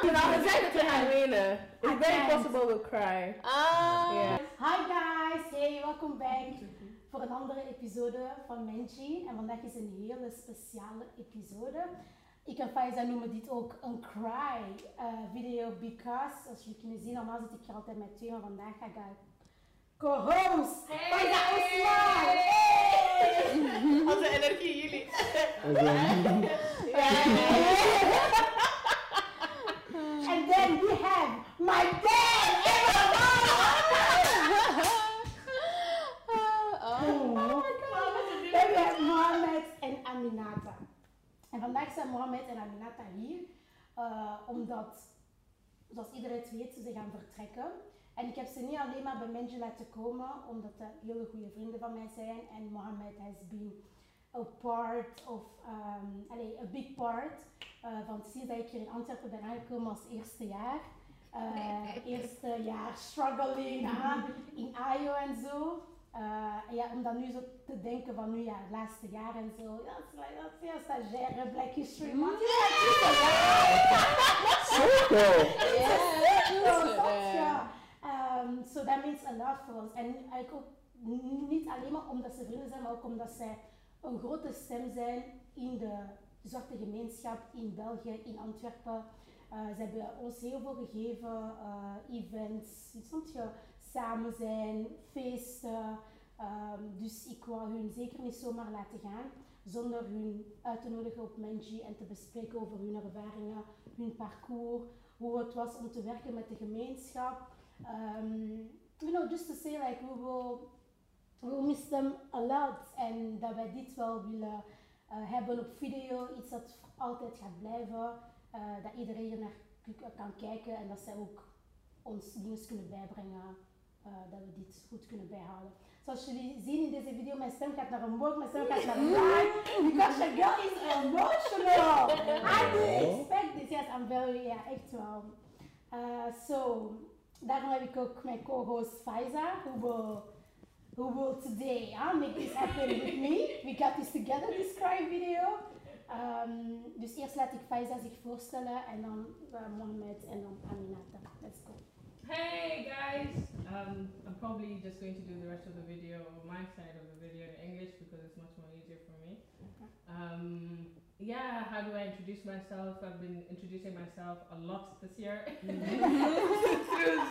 Because I was attracted to Helena. I It's very can't. possible we'll cry. Ah. Ja. Hi guys, hey, welkom back voor een andere episode van Menchie. En vandaag is een hele speciale episode. Ik en Faiza noemen dit ook een cry eh, video, because als jullie kunnen zien, normaal zit ik hier altijd met twee, maar vandaag ga ik uit. Co-host! Faiza Osman! Onze energie, jullie. And then we have my dad! Oh. En we hebben Mohammed en Aminata. En vandaag zijn Mohammed en Aminata hier, eh, omdat, zoals iedereen het weet, ze gaan vertrekken. En ik heb ze niet alleen maar bij Menji laten komen, omdat ze hele goede vrienden van mij zijn. En Mohammed has been a part of, ehm allee, a big part eh, van het sinds dat ik hier in Antwerpen ben aangekomen als eerste jaar. Eh, eerste jaar struggling aan in Ajo en zo. Eh, ja, om dan nu zo te denken van nu ja, het laatste jaar en zo. Ja, dat is wel- dat is ja, stagiaire, Black History Month. Zeker! Zo, eh, dat, ja. Ehm, so that means a lot for us. En eigenlijk ook n- niet alleen maar omdat ze vrienden zijn, maar ook omdat zij een grote stem zijn in de zwarte gemeenschap in België, in Antwerpen. Eh, ze hebben ons heel veel gegeven, eh, events, snap je? samen zijn, feesten. Ehm, dus ik wou hun zeker niet zomaar laten gaan zonder hun uit te nodigen op Menji en te bespreken over hun ervaringen, hun parcours, hoe het was om te werken met de gemeenschap. Ehm, you know, just to say like we will, we will miss them a lot en dat wij dit wel willen eh, hebben op video, iets dat altijd gaat blijven, eh, dat iedereen hier naar k- kan kijken en dat zij ook ons dingen kunnen bijbrengen, eh, dat we dit goed kunnen bijhouden. Zoals jullie zien in deze video, mijn stem gaat naar omhoog, mijn stem gaat naar omlaag. Because your girl is emotional. I didn't expect this. Yes, I'm very, uh, ja, echt wel. Eh, so, daarom heb ik ook mijn co-host Faiza, who will, who will today huh, make this happen with me. We got this together, this cry video. Ehm, dus eerst laat ik Faiza zich voorstellen en dan eh, Mohamed en dan Aminata. Let's go. Hey guys! Um, I'm probably just going to do the rest of the video, my side of the video in English because it's much more easier for me. Um, yeah, how do I introduce myself? I've been introducing myself a lot this year through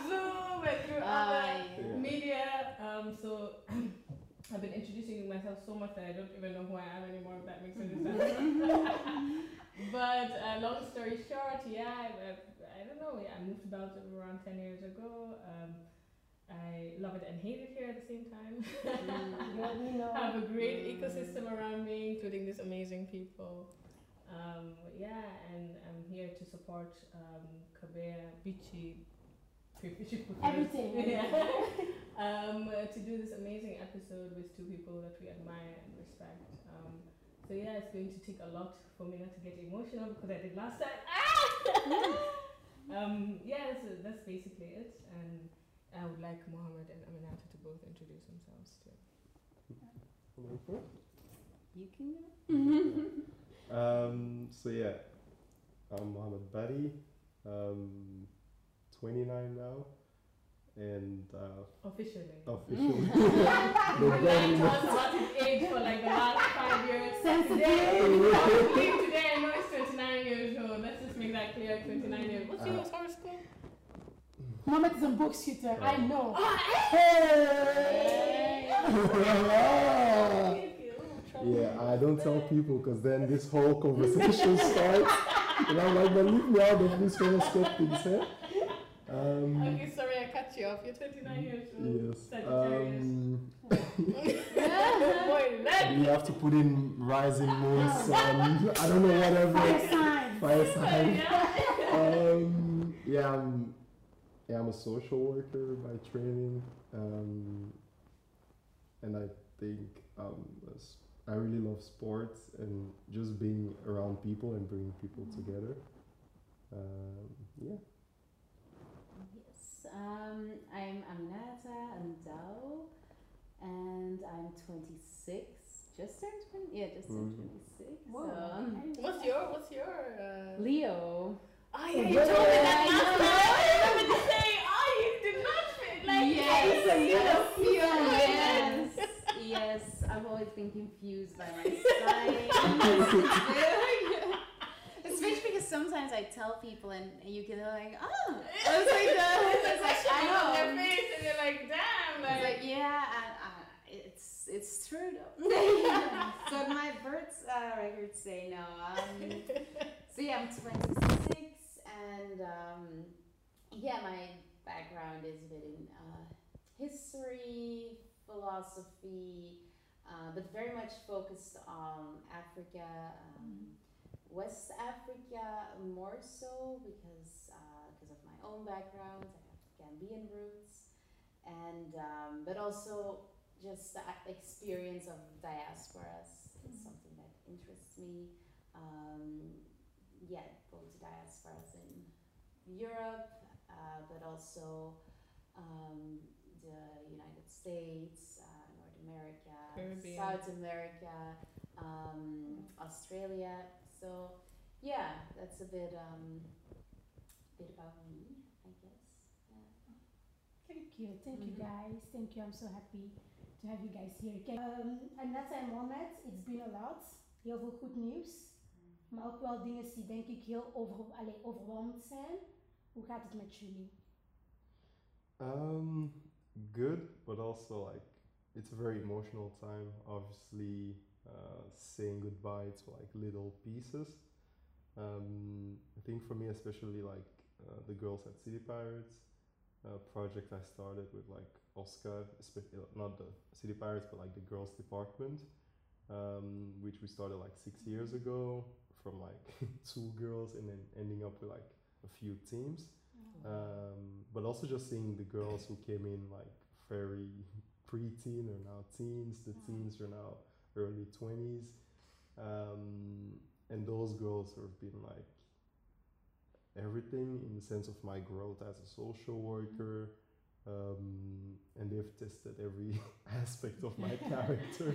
Zoom and through other media. Um, so I've been introducing myself so much that I don't even know who I am anymore. If that makes any sense. but uh, long story short, yeah, I, I, I don't know. Yeah, I moved to Belgium around ten years ago. Um, I love it and hate it here at the same time. Let me know. have a great ecosystem around me, including these amazing people. Um, yeah, and I'm here to support um, Kabea, Bichi, Everything. yeah. um, uh, to do this amazing episode with two people that we admire and respect. Um, so yeah, it's going to take a lot for me not to get emotional because I did last time. Ah! um, yeah, that's, that's basically it. And I would like Mohammed and Aminata to both introduce themselves too. You can go. Mm-hmm. um, so yeah, I'm Mohammed Bari, um, 29 now, and uh, Officially. officially. You the lied to government- us about his age for like the last five years. Sensitive. Today, today I know he's 29 years old. Let's just make that clear. 29 years. What's your Uh, horoscope? Mohamed is een boogschutter, I know. Uh, yeah, I don't tell people because then this whole conversation starts, and I'm like, but leave me out of this horoscope thing, sir. Um, Okay, sorry, I cut you off. You're 29 years old. yes. Sagittarius. Um, Boy, let we have to put in rising moon, sun. I don't know Fire whatever. sign. Fire sign. yeah. um, yeah, I'm, yeah, I'm a social worker by training, um, and I think um, s- I really love sports and just being around people and bringing people together. Um, yeah, Yes. Um, I'm Aminata Andao, and I'm 26. Just turned 20. Yeah, just turned Mhm. 26. Wow. Um, What's your, what's your, uh... Leo. Oh yeah, you told me that. by my side. It's strange because sometimes I tell people and you get like, oh, I was like, that. There's It's like, a question on I know. their face, and you're like, damn, It's like, like, yeah, and uh, it's it's true though. so my birth uh, records say no. Um, so yeah, I'm 26, and um, yeah, my background is within uh, history, philosophy, uh, but very much focused on Africa, um, West Africa more so because because of my own background. I have Gambian roots, and um, but also just the a- experience of diasporas is something that interests me. Um, yeah, going to diasporas in Europe, uh, but also um, the United States, uh, North America, Caribbean. South America, um, Australia. So yeah, that's a bit um, bit about me, I guess. Yeah. Thank you, thank you Mhm. guys, thank you. I'm so happy to have you guys here. Kijk, ehm, Anata en Mohamed, it's been a lot. Heel veel goed nieuws, maar ook wel dingen die denk ik heel over, allee, overweldigend zijn. Hoe gaat het met jullie? Um, good, but also like it's a very emotional time. Obviously, uh, saying goodbye to like little pieces. Um, I think for me, especially like uh, the girls at City Pirates uh, project I started with like Oscar, espe- uh, not the City Pirates, but like the girls department, um, which we started like six years ago from like two girls and then ending up with like a few teams um, but also just seeing the girls who came in like very pre-teen or now teens the Mhm. teens are now early 20s um, and those girls have been like everything in the sense of my growth as a social worker um, and they've tested every aspect of my character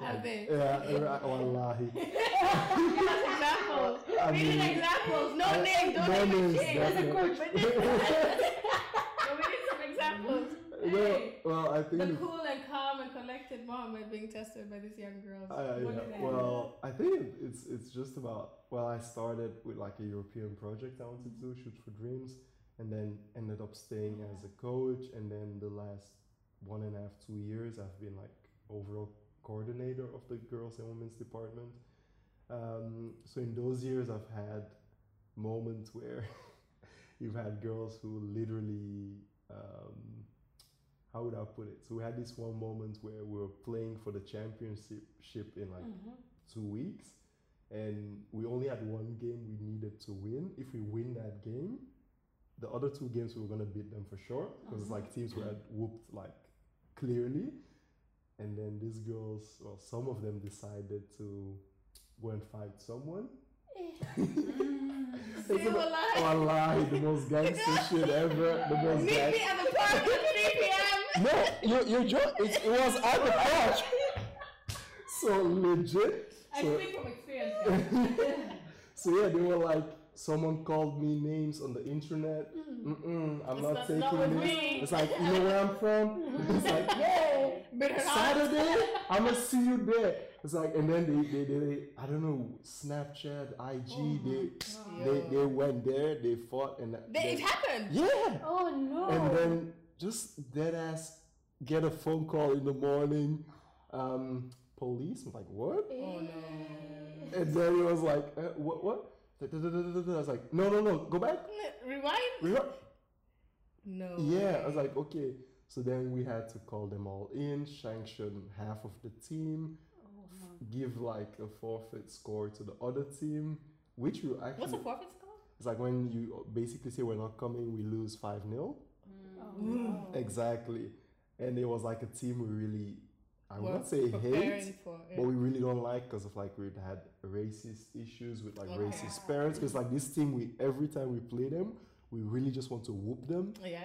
Have Like, they? yeah, wallahi. examples. I Reading mean, examples. No I- name. Don't no even names, change. no That's a names. coach. But this- but we need some examples. well, well, I think the the- cool and calm and collected Mohammed being tested by these young girls. Uh, What yeah, is that? Well, I think it- it's it's just about well, I started with like a European project I wanted to do, shoot for dreams, and then ended up staying as a coach, and then the last one and a half two years I've been like overall coordinator of the girls and women's department. Um, so in those years I've had moments where you've had girls who literally um, how would I put it? So we had this one moment where we were playing for the championship ship in like Mhm. two weeks, and we only had one game we needed to win. If we win that game, the other two games we were gonna beat them for sure because Mhm. like teams were had whooped like clearly, and then these girls, well, some of them decided to go and fight someone. They It's were about- like, Wallahi, the most gangster shit ever. The most meet gangster. me at the park at 3 p.m. No, you you jo- it, it was at the park. So legit. I So, speak from experience. guys. so yeah, they were like, someone called me names on the internet. Mm-mm, I'm Hmm. It's not, not- taking not with this. me. It's like you know where I'm from. It's like yeah, But her Saturday I'm gonna see you there. It's like and then they they, they, they I don't know Snapchat, IG, they, they they went there, they fought and Oh They, it happened. yeah. Oh no! And then just dead ass get a phone call in the morning. Um, police. I'm like, what? Oh no. And then he was like, uh, what? What? Da- da- da- da- da- da. I was like, no, no, no, go back. Rewind? We were- No. Yeah. I was like, okay. So then we had to call them all in, sanction half of the team, Oh, give like a forfeit score to the other team, which you What's the actually. forfeit score? It's like when you basically say we're not coming, we lose five 0 Oh, Mm. no. Exactly. And it was like a team we really, I would We're not say preparing hate, for. but we really don't like because of like we'd had racist issues with like Okay. racist parents. Because like this team, we every time we play them, we really just want to whoop them. Yeah.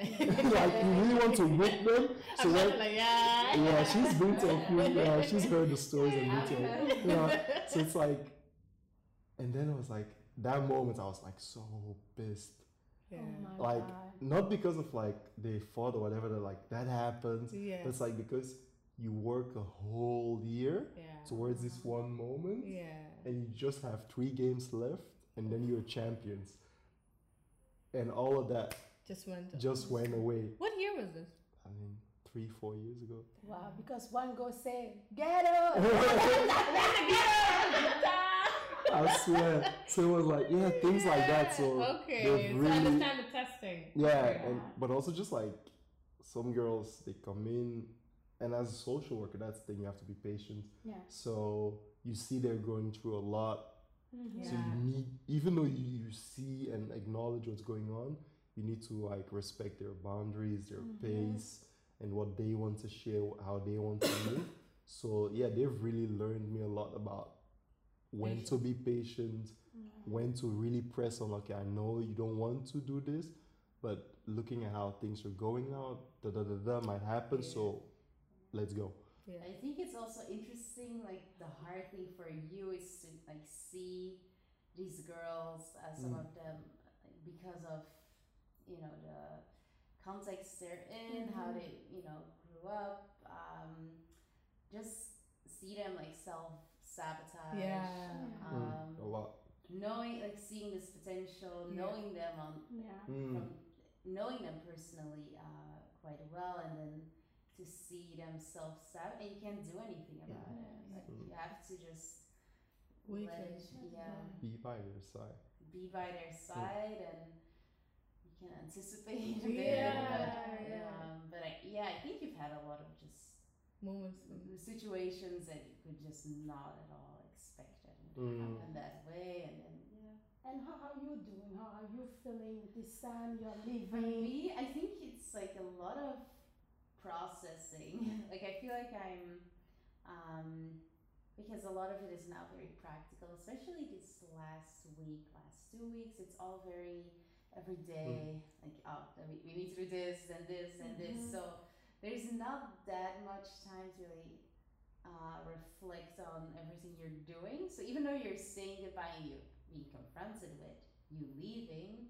like we really want to whoop them. So I'm when, like, yeah. yeah, she's been to a few, yeah, she's heard the stories and been to a yeah. So it's like, and then it was like that moment I was like so pissed Yeah. Oh my like God. not because of like they fought or whatever they're like that happened Yeah. But it's like because you work a whole year Yeah. towards this one moment Yeah. and you just have three games left and then you're champions and all of that Just went. just went away What year was this? i mean three four years ago Wow, Uh, because one goes say, ghetto! i swear so it was like yeah things like that so okay, they've so I understand the testing. yeah Yeah. and but also just like some girls they come in and as a social worker that's the thing you have to be patient Yeah. so you see they're going through a lot Yeah. So you need, even though you, you see and acknowledge what's going on, you need to like respect their boundaries, their Mhm. pace, and what they want to share, how they want to move. So yeah, they've really learned me a lot about when to be patient, when to really press on. Okay, I know you don't want to do this, but looking at how things are going now, da da da da might happen. Yeah. So let's go. Yeah. I think it's also interesting, like the hard thing for you is to like see these girls, uh, some Mm. of them, like, because of you know the context they're in, Mm-hmm. how Mhm. they you know grew up, um, just see them like self sabotage. Yeah. Mm, Um, a lot. Knowing like seeing this potential, Yeah. knowing them on Yeah. Mm, from knowing them personally uh, quite well and then to see them self sab and you can't do anything about it. Yeah. Like, Mm. you have to just Wait let for it, it. yeah, Be by your side. be by their side and you can anticipate a bit. Yeah, But, yeah. Um, but I, yeah, I think you've had a lot of just Moments. situations that you could just not at all expect it would Mm. happen that way and then yeah. And how are you doing? How are you feeling this time you're For leaving? me, I think it's like a lot of processing. like I feel like I'm, um, because a lot of it is now very practical, especially this last week, last two weeks. It's all very every day. Like oh, then we, we need to do this, then this, and Mhm. this. So there's not that much time to really. Uh, reflect on everything you're doing. So even though you're saying goodbye, and you're being confronted with you leaving.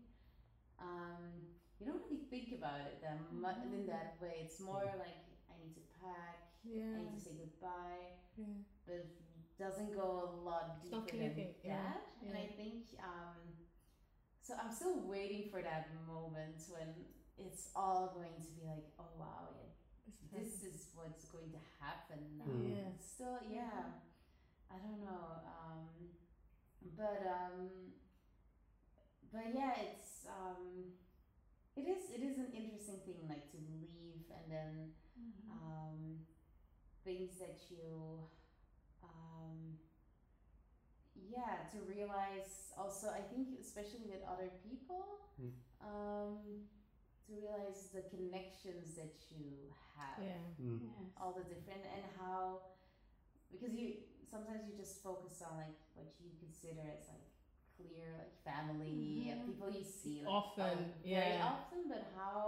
Um, you don't really think about it that much Mm-hmm. in that way. It's more like I need to pack, Yeah. I need to say goodbye, yeah. but it doesn't go a lot It's deeper not than connecting, that. yeah, And I think um, so. I'm still waiting for that moment when it's all going to be like, oh wow, yeah, this is what's going to happen now. Mm. Yeah. It's Still, yeah, I don't know. Um, but um, but yeah, it's um, it is it is an interesting thing like to leave and then Mm-hmm. um, things that you um, yeah to realize also i think especially with other people Mm. um, to realize the connections that you have Yeah. Mm, Yes. all the different and how because you sometimes you just focus on like what you consider as like clear like family and Mhm. people you see like, Often, um, very yeah. often but how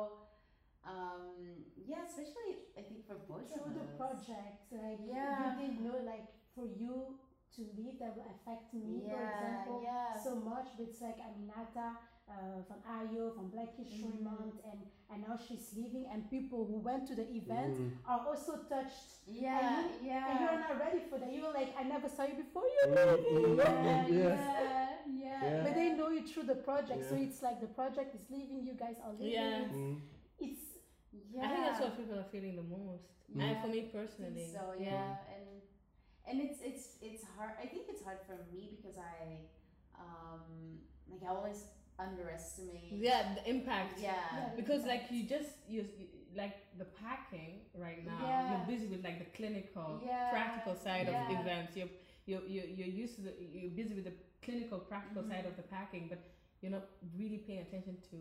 um yeah especially I think for both Through of the us. project, like, Yeah. you didn't know, like, for you to leave that will affect me, yeah for example. yeah so much with like Aminata uh, from Ayo, from Black Mm. History Mhm. Month, and, and now she's leaving, and people who went to the event mm, are also touched. yeah and And you're yeah not ready for that. You're like, I never saw you before you Mm, leaving. mm, yes. yeah, yeah, Yeah. But they know you through the project, so Yeah. it's like the project is leaving, you guys are leaving. Yeah. Mm. It's yeah. I think that's what people are feeling the most. And Yeah. for me I think personally. so yeah, and and it's it's it's hard. I think it's hard for me because I, um, like I always underestimate. Yeah, the impact. Yeah. Yeah. Because like you just you like the packing right now. Yeah. You're busy with like the clinical, Yeah. practical side Yeah. of events. You're you're you're, you're used to the, you're busy with the clinical, practical Mm-hmm. side of the packing, but you're not really paying attention to.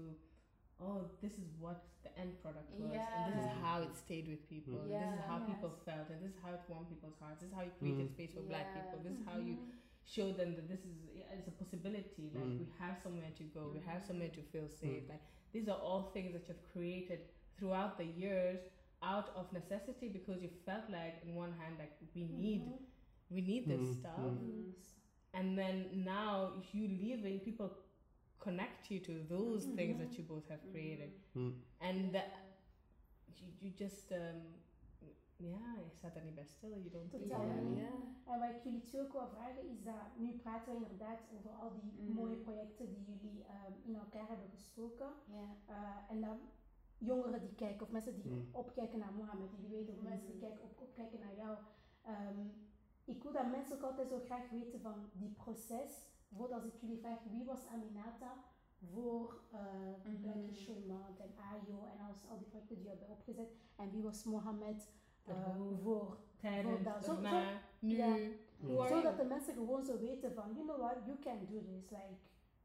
Oh, this is what the end product was, and this is Yeah. how it stayed with people. and this is Yeah. how people Yes. felt, and this is how it won people's hearts. This is how you created Mm. space for Black Yeah. people. This is how you Mm-hmm. show them that this is yeah, it's a possibility. Like Mm. we have somewhere to go, we have Mhm. somewhere to feel safe. Like these are all things that you've created throughout the years out of necessity because you felt like in one hand like we need Mhm. we need this Mm, stuff mm. Mhm. Mm-hmm. and then now you leaving people connect you to those things that you both have created Mm. and that you, you just um Ja, je staat aan die bestellen, je don't Totaal Ja, niet. ja. En wat ik jullie natuurlijk wil vragen is dat, nu praten we inderdaad over al die Mhm. mooie projecten die jullie ehm, in elkaar hebben gestoken. Yeah. Eh, en dan jongeren die kijken of mensen die Mm. opkijken naar Mohammed, jullie weten, of mensen die Mhm. kijken, op, opkijken naar jou. Ehm, ik wil dat mensen ook altijd zo graag weten van die proces. Bijvoorbeeld als ik jullie vraag wie was Aminata voor eh Mhm. Black History Month en AYO en als, al die projecten die je hebben opgezet. En wie was Mohammed eh, Daarvoor. voor Tijdens, dat- zo- zo- daarna, nu. ja. Hoe are zodat you? de mensen gewoon zo weten van, you know what, you can do this. Like,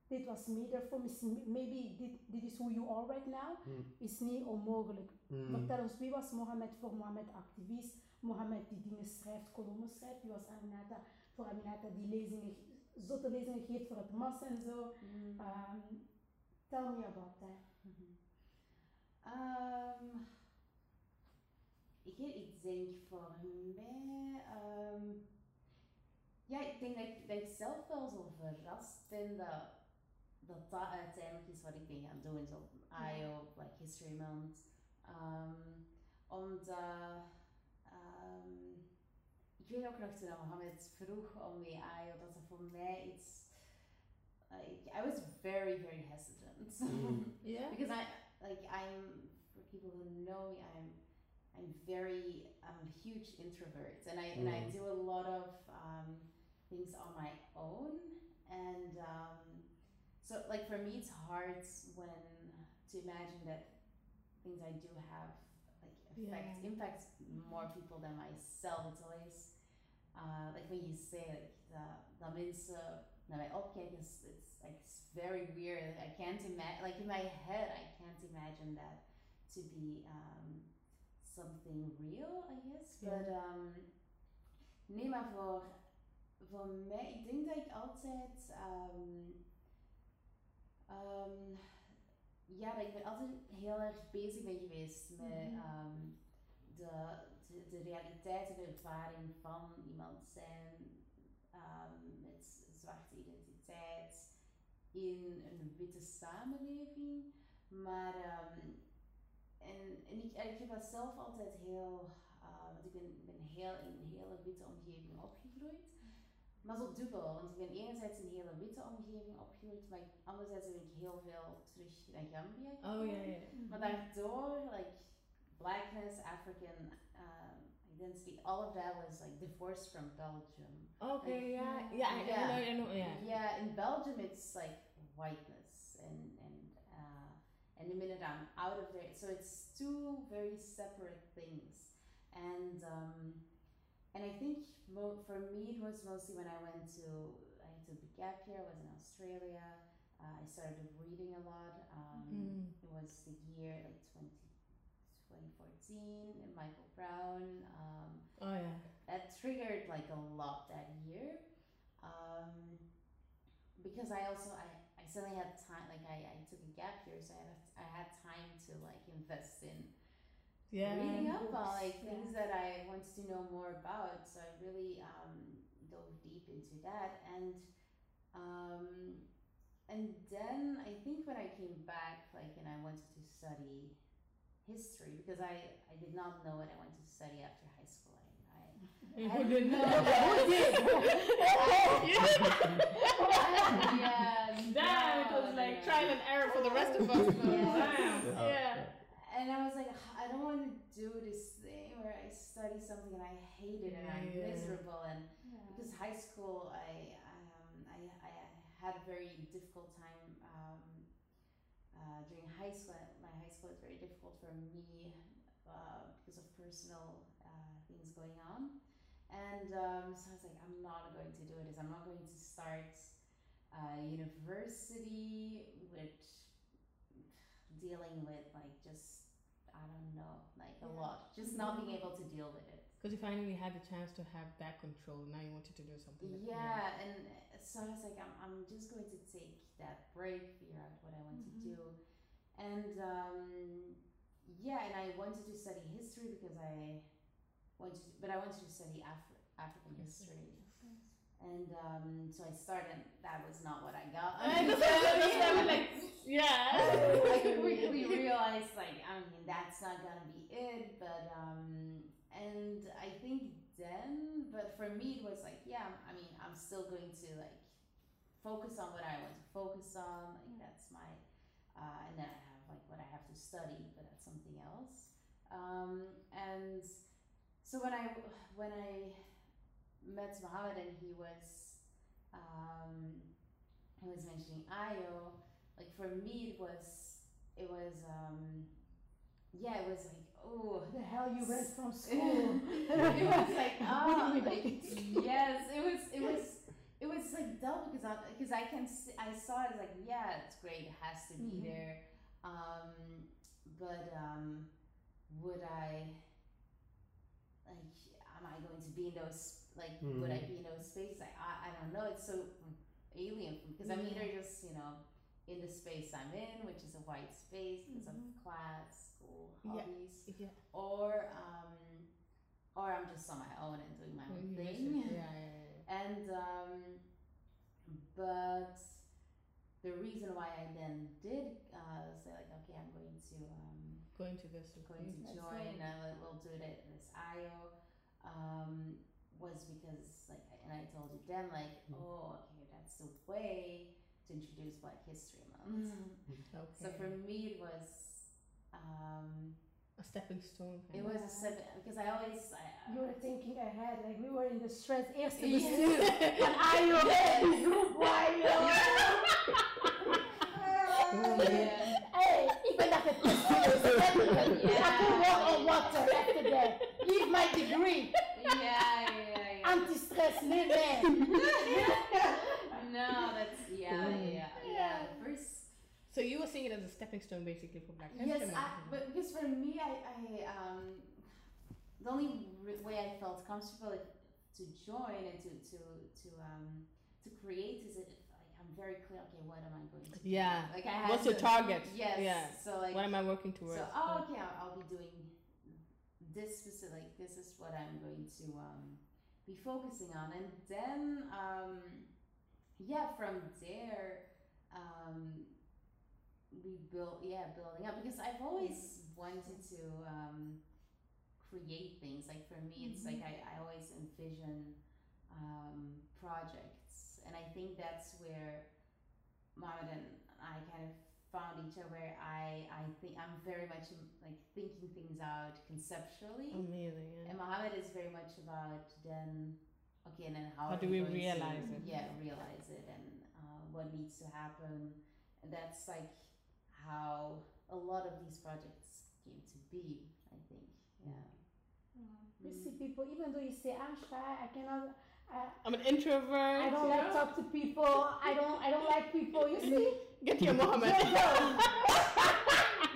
dit was made for me. Maybe dit, dit is who you are right now. Hmm. Is niet onmogelijk. Hmm. Vertel ons, wie was Mohammed voor Mohammed activist? Mohammed die dingen schrijft, kolommen schrijft. Wie was Aminata voor Aminata die lezingen, ge- zotte lezingen geeft voor het massa en zo. Mm-hmm. Ehm, tell me about that. Mhm. Um, ik, ik denk voor mij. ehm, ja, ik denk dat ik, dat ik zelf wel zo verrast ben dat, dat dat uiteindelijk is wat ik ben gaan doen. Zo IO, Black History Month. Ehm, omdat. ehm, ik weet ook nog toen Mohammed vroeg om die IO, dat dat voor mij iets. Like, I was very, very hesitant. Mm. Ja. because I like I'm for people who know me I'm I'm very I'm a huge introvert and I and I Mm. do a lot of um, things on my own and um, so like for me it's hard when to imagine that things I do have like affect Yeah. impacts more people than myself it's always uh, like when you say like the the means now my upkick is it's like it's very weird. I can't imagine like in my head I can't imagine that to be um, something real. I guess, Ja. but um, nee, maar voor voor mij ik denk dat ik altijd um, um, ja, dat ik ben altijd heel erg bezig ben geweest met Mhm. um, de, de, de realiteit en de ervaring van iemand zijn um, met zwarte identiteit in een witte samenleving. Maar ehm, en, en ik, en ik heb dat zelf altijd heel, eh, want ik ben, ik ben heel in een hele witte omgeving opgegroeid. Maar zo dubbel, want ik ben enerzijds in een hele witte omgeving opgegroeid, maar ik- anderzijds heb ik heel veel terug naar Gambia Oh ja, gegaan. ja. Mm-hmm. Maar daardoor, like, blackness, African um, identity, all of that was like divorced from Belgium. Oké, ja. Ja, I- I Ja. know, I know, ja. Yeah, in Belgium it's like whiteness and and uh, and the minute I'm out of there, so it's two very separate things, and um, and I think mo- for me it was mostly when I went to I had to be gap year. I was in Australia. Uh, I started reading a lot. Um, Mm-hmm. Mm. It was the year like 20, 2014, and Michael Brown. Um, Oh ja. that triggered like a lot that year um, because i also I, I suddenly had time like I, I took a gap year so I had, I had time to like invest in Ja. reading up on Books, like yeah. things that I wanted to know more about. So I really um, dove deep into that, and um, and then I think when I came back, like, and I wanted to study history because I I did not know what I wanted to study after high school. I, I I Who didn't know. know? yeah, Damn, it no, was no, like no. trial and error for the rest of us. Yeah. Damn. Ja. And I was like, "Ugh, I don't want to do this thing where I study something and I hate it and I'm Yeah. miserable. And Ja. because high school, I, um, I, I had a very difficult time um, uh, during high school. My high school was very difficult for me uh, because of personal uh, things going on. And um, so I was like, I'm not going to do this. I'm not going to start uh, university, which dealing with like just I don't know, like a Yeah. lot, just not being able to deal with it. Because you finally had the chance to have that control. Now you wanted to do something. that- Yeah, and uh, so I was like, I'm, I'm just going to take that break, figure out what I want Mhm. to Mm-hmm. do. And um, yeah, and I wanted to study history because I wanted, to, but I wanted to study Afri- African history. And um, so I started, that was not what I got. I just- that's why I'm like, yeah. like we, we realized like I mean that's not gonna be it, but um, and I think then, but for me, it was like, yeah, I mean, I'm still going to like focus on what I want to focus on. Like Mm. that's my, uh, and then I have like what I have to study, but that's something else. Um, and so when I when I met Mohammed and he was um, he was mentioning Io, like for me it was it was um, yeah it was like oh The hell you went from school. it was like What ah, do you like, mean? yes, it was it was it was like double because I because I can see, I saw it as like yeah it's great it has to be Mhm. there, um, but um, would I like am I going to be in those like would I Mm-hmm. Mhm. be in those spaces like I I don't know it's so alien because I'm either Mm-hmm. just you know in the space I'm in which is a white space because Mhm. of class school Yeah. hobbies Yeah. or um, or I'm just on my own and doing my own Yeah, thing. yeah, yeah. And um, but the reason why I then did uh, say like, okay, I'm going to um, Going to this I'm going to That's join. Uh, we'll do it at this IO. Um, was because like, and I told you then like, Mm. Mm-hmm. oh, okay, that's the way to introduce Black History Month. Mm-hmm. Okay. So for me, it was. Um, a stepping stone. it kind of. was Yeah. a seven because I always I, uh, You were thinking ahead, like we were in the stress eerste Yes. bestuur. En Ayo, Yes. groep yeah. Hey, ik ben daar getest geweest, letterlijk. Ja. I could walk on water after that. Leave my degree. yeah, yeah, yeah. Anti-stress, nee, nee. No, that's yeah, Mm. yeah, yeah. First, So you were seeing it as a stepping stone, basically, for Black History yes, I, Month. but because for me, I, I um, the only re- way I felt comfortable to join and to to to um to create is it like I'm very clear. Okay, what am I going to? do? Yeah. Like I have What's to, your target? Yes. Yeah. So like what am I working towards? So, oh, okay, I'll, I'll be doing this specific, like, this is what I'm going to um, be focusing on. And then, um, yeah, from there, um, we built, yeah, building up. Because I've always wanted to um, create things. Like, for me, it's like I, I always envision um, projects. And I think that's where Mohammed and I kind of found each other. I, I think I'm very much like thinking things out conceptually. Amazing. Yeah. And Mohammed is very much about then, okay, and then how, How are do we going to- realize it? Yeah, realize it and uh, what needs to happen. And that's like how a lot of these projects came to be, I think. Yeah. You see people, even though you say I'm shy, I cannot, I, I'm an introvert. I don't like talk to people. I don't, I don't like people. You see, Get your Mohammed. yeah,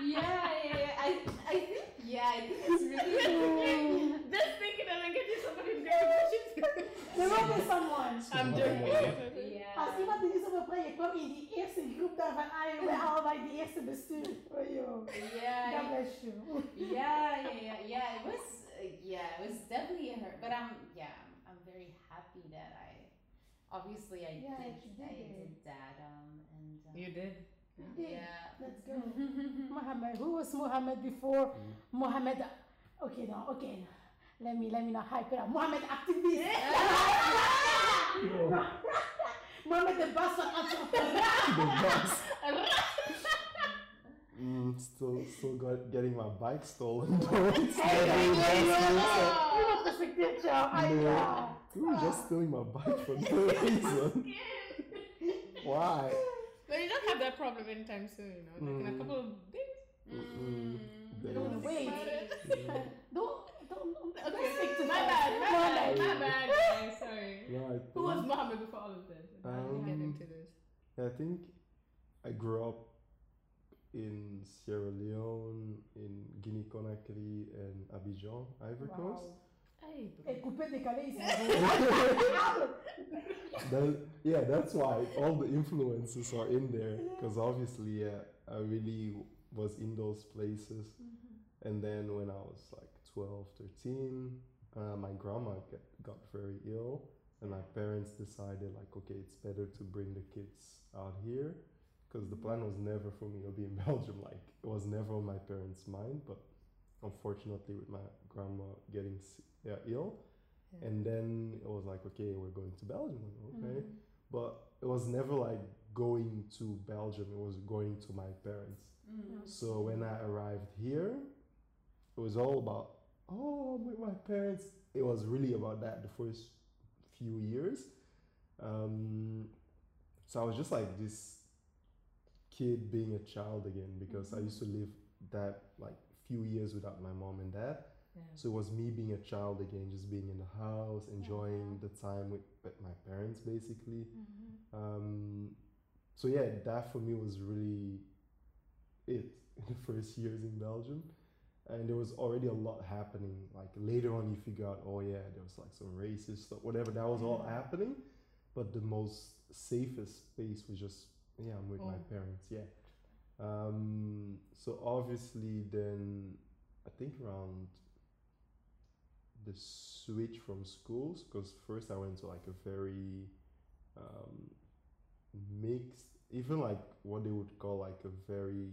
yeah, yeah. I, I think, yeah, I think it's really. Just thinking that I get you somebody who's going there will be someone. I'm joking. yeah. Als iemand die is op een project kwam in die eerste groep daar van Ayo, wij allebei die eerste bestuur. Oh joh, Yeah, God bless you. yeah, yeah, yeah, yeah. It was, uh, yeah, it was definitely a hurt. But I'm, yeah, I'm, I'm very happy that I, obviously, I Yeah, did, you did I it. did that. Um, and um, You did. yeah, Let's go. Mohammed, who was Mohammed before Hmm. Mohammed? Okay, now, okay. now. Let me, let me not hype it up. Mohammed activist. Mohammed the bastard entrepreneur. The bus. Mm, still, still got getting my bike stolen. though. It's Hey, never hey, hey, even said. You know the signature. I know. No, you were just stealing my bike for no reason. Why? But you don't have that problem anytime soon, you know. Like in a Mm. couple of days. Mm-mm. Mm. Don't Don't wait. say it. Yeah. Don't, don't, don't stick to my that. bad, my bad, Mohammed. my bad. guys, Sorry. No, I Who was think- Mohammed before all of this? How did you get Um, into this? I think I grew up in Sierra Leone, in Guinea Conakry, and Abidjan, Ivory Coast. Hey, Et coupé décalé, ils sont That, yeah, that's why all the influences are in there because obviously, yeah, I really was in those places. And then when I was like 12, 13, uh, my grandma get, got very ill, and my parents decided like, okay, it's better to bring the kids out here, because the plan was never for me to be in Belgium. Like it was never on my parents' mind, but unfortunately with my grandma getting s- yeah, ill Yeah. and then it was like okay we're going to belgium Like, okay Mm-hmm. but it was never like going to belgium it was going to my parents Mm-hmm. Mm. so when I arrived here, it was all about, oh, I'm with my parents. It was really about that the first few years. Um, so I was just like this kid being a child again because I used to live that like few years without my mom and dad. So it was me being a child again, just being in the house, enjoying the time with, with my parents basically. Um, so yeah, that for me was really it in the first years in Belgium, and there was already a lot happening. Like later on, you figure out, oh yeah, there was like some racist stuff, whatever. That was all happening, but the most safest space was just yeah, I'm with my Home. parents. Yeah. Um, so obviously, then I think around the switch from schools because first I went to like a very um, mixed, even like what they would call like a very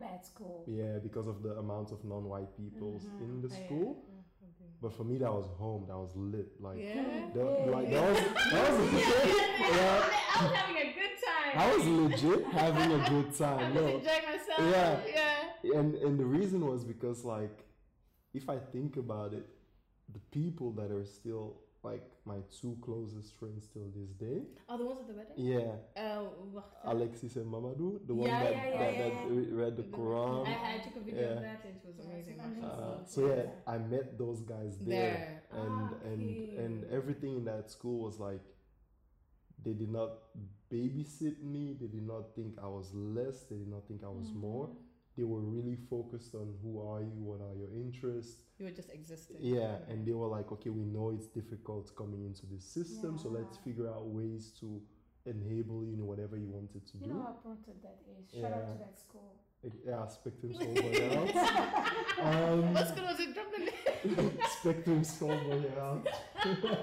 Bad school. yeah because of the amount of non-white peoples Mhm. in the Oh, Oh, Yeah, yeah. school. Yeah, okay. But for me, that was home. That was lit. Like Mm, Yeah. that, like that was that was yeah, I was having a good time. I was legit having a good I was time. No, enjoying myself. Yeah. Yeah. and and the reason was because like if i think about it the people that are still like my two closest friends till this day Oh, the ones at the wedding? yeah Oh, wacht. alexis and mamadou the one Yeah, that, yeah, yeah, that, yeah, that re- read the The- quran I, I took a video Yeah. of that. It was Yeah, amazing. it's actually. uh, amazing. so yeah i met those guys there, there. and Ah, and okay. and everything in that school was like they did not babysit me they did not think i was less they did not think i was more Mm-hmm. they were really focused on who are you what are your interests You were just existing. Yeah, and they were like, okay, we know it's difficult coming into this system, so let's Yeah. figure out ways to enable you know whatever you wanted to You do. know how important that is. Shout out Yeah. to that school. Like, Yeah, Spectrum Soulboy out. What school was it? Drop the name. Um, Spectrum Soulboy out.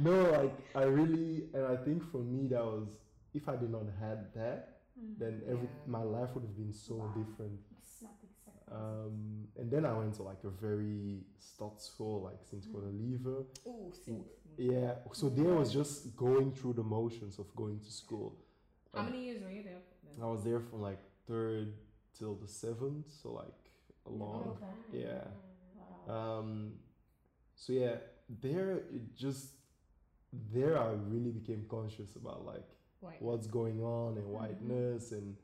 no, like I really, and I think for me that was if I did not had that, Mm. then every Yeah. my life would have been so Wow. different. It's not accepted. Um, and then I went to like a very stadschool, like Sint Leven. Ooh, Sint. Yeah, so there was just going through the motions of going to school. How many years were you there? for then? I was there from like third till the seventh, so like a long. Okay. Oh. Yeah. Wow. Um, so yeah, there it just there I really became conscious about like White. what's going on and whiteness and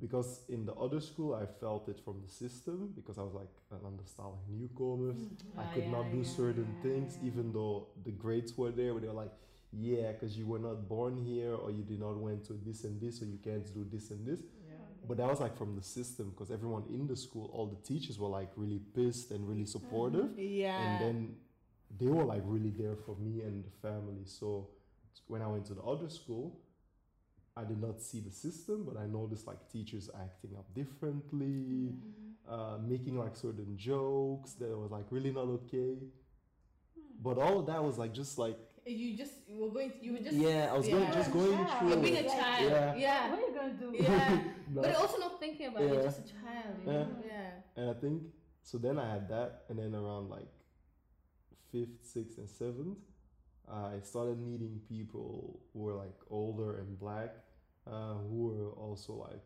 because in the other school I felt it from the system because I was like an understanding newcomers. Mm. I Ah, could yeah, not do yeah, certain yeah, things, yeah. even though the grades were there. Where they were like, yeah, because you were not born here, or you did not went to this and this, so you can't do this and this. Yeah. But that was like from the system, because everyone in the school, all the teachers were like really pissed and really supportive, Yeah. and then they were like really there for me and the family. So when I went to the other school. I did not see the system, but I noticed like teachers acting up differently, Mm-hmm. uh, making like certain jokes that was like really not okay. But all of that was like just like you just you were going. To, you were just. yeah, I was yeah. going just going Yeah. through. You're being a it. child. Yeah. Yeah. What are you gonna do? Yeah. No. But also not thinking about it. Yeah. You're just a child. You Yeah. Know? yeah. and I think so. Then I had that, and then around like fifth, sixth, and seventh, I started meeting people who were like older and black, uh, who were also like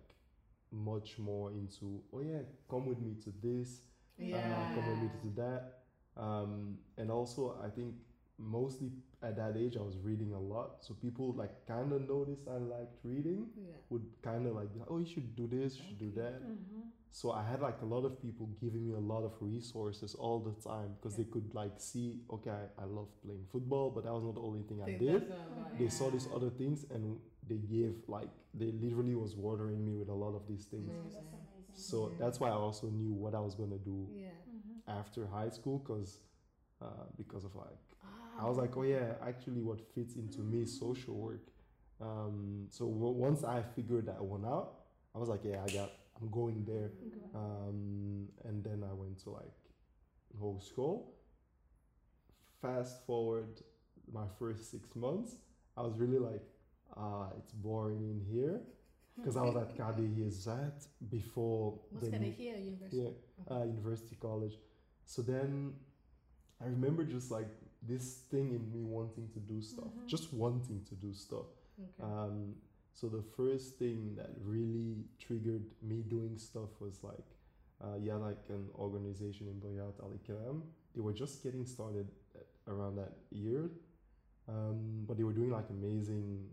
much more into oh yeah, come with me to this, uh, Yeah. committed to that. Um, and also, I think mostly at that age, I was reading a lot. So people like kind of noticed I liked reading, Yeah. would kind of like, be like, oh, you should do this, you should do that. Mhm. So I had like a lot of people giving me a lot of resources all the time because they could like see, okay, I, I love playing football, but that was not the only thing I Think did. that's not about- They saw these yeah. other things and they gave like, they literally was watering me with a lot of these things. Wow, Mhm. Mm-hmm. that's amazing. So Yeah. that's why I also knew what I was going to do Yeah. Mhm. after high school because uh, because of like Ah. I was like oh yeah actually what fits into me is social work um, so w- once I figured that one out I was like yeah I got I'm going there Good. um, and then I went to like whole school fast forward my first six months I was really like ah it's boring in here because I was at KDIZ before What's the gonna hear university? yeah, Oh. uh, university college. So then I remember just like this thing in me wanting to do stuff, Mhm. just wanting to do stuff. Okay. Um, so the first thing that really triggered me doing stuff was like, uh, yeah, like an organization in Bayat Al Ikram. They were just getting started at- around that year, um, but they were doing like amazing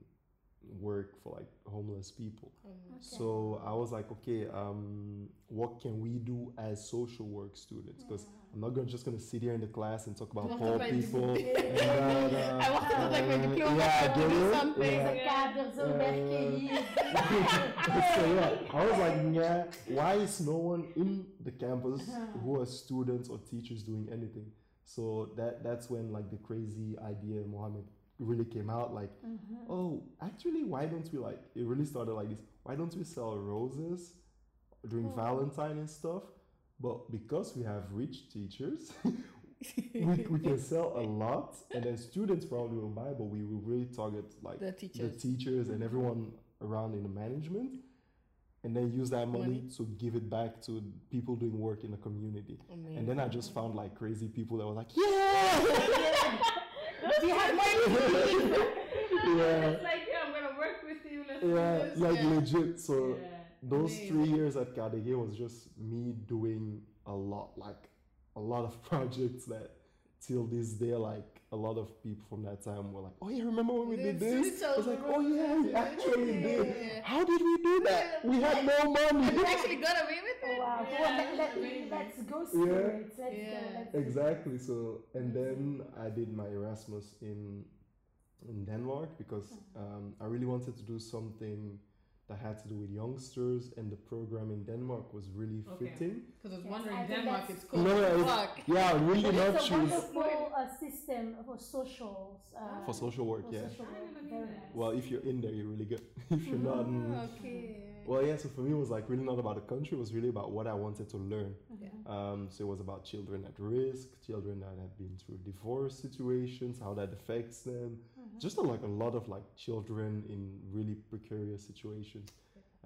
work for like homeless people. Mm. Okay. So I was like, okay, um, what can we do as social work Mm. students? Because I'm not gonna, just gonna sit here in the class and talk about Talk poor about people. diploma. and, uh, I want to look like my uh, diploma, Yeah, I wanna do do it, something. yeah. Caders, Uh, werken so yeah, I was like, yeah, why is no one in the campus Uh-huh. who are students or teachers doing anything? So that that's when like the crazy idea Mohammed really came out. Like, Mm-hmm. oh, actually, why don't we like? It really started like this. Why don't we sell roses during Hmm. Oh. Valentine and stuff? But because we have rich teachers, we, we can sell a lot, and then students probably will buy. But we will really target like the teachers. the teachers and everyone around in the management and then use that money, Money. to give it back to people doing work in the community Mm. and then i just found like crazy people that were like yeah Do you have money? Yeah. It's like, yeah, I'm gonna work with you. Let's yeah do this. like yeah. legit so yeah. those three Amazing. years at Kadege was just me doing a lot like a lot of projects that till this day like a lot of people from that time were like oh yeah remember when we did This this is i was so like oh yeah we good." actually did Yeah. how did we do that we had no money You actually got away with it? Oh, Wow. Yeah, Well, that's let, amazing. us go spirit. Let's Yeah. go. Let's Exactly. So, and then I did my Erasmus in in Denmark because Mm-hmm. um, I really wanted to do something that had to do with youngsters, and the program in Denmark was really Okay. fitting. Because I was Yes, wondering, I think Denmark that's- is cool. No, as it's- fuck. Yeah, really It's not a choose wonderful uh, system for socials. Uh, for social work. for Yeah. social I work. didn't Very know nice. that. Well, if you're in there, you're really good. if you're not, mm. Ah, okay. well, yeah. So for me, it was like really not about the country. It was really about what I wanted to learn. Um, so it was about children at risk, children that have been through divorce situations, how that affects them, Mm-hmm. just uh, like a lot of like children in really precarious situations.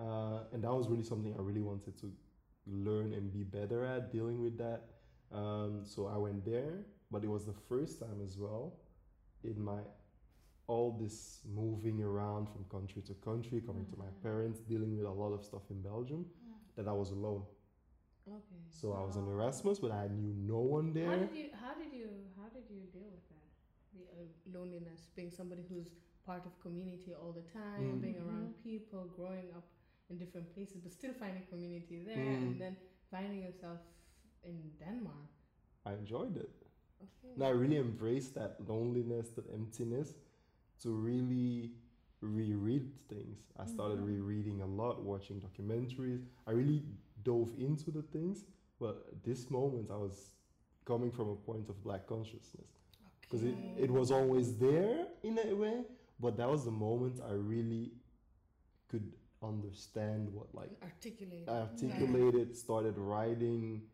Uh, and that was really something I really wanted to learn and be better at dealing with that. Um, so I went there, but it was the first time as well in my all this moving around from country to country, coming to my parents, dealing with a lot of stuff in Belgium, that I was alone. Okay. So I was on Erasmus, but I knew no one How there. did you? How did you? How did you deal with that? The uh, loneliness, being somebody who's part of community all the time, Mm. being around Mm-hmm. people, growing up in different places, but still finding community there, and Mm. then finding yourself in Denmark. I enjoyed it. Okay. And I really embraced that loneliness, that emptiness to really reread things. I started Mhm. rereading a lot, watching documentaries. I really dove into the things, but at this moment I was coming from a point of black consciousness because it, it was always there in a way, but that was the moment I really could understand what like uh, Articulate. I articulated, started writing,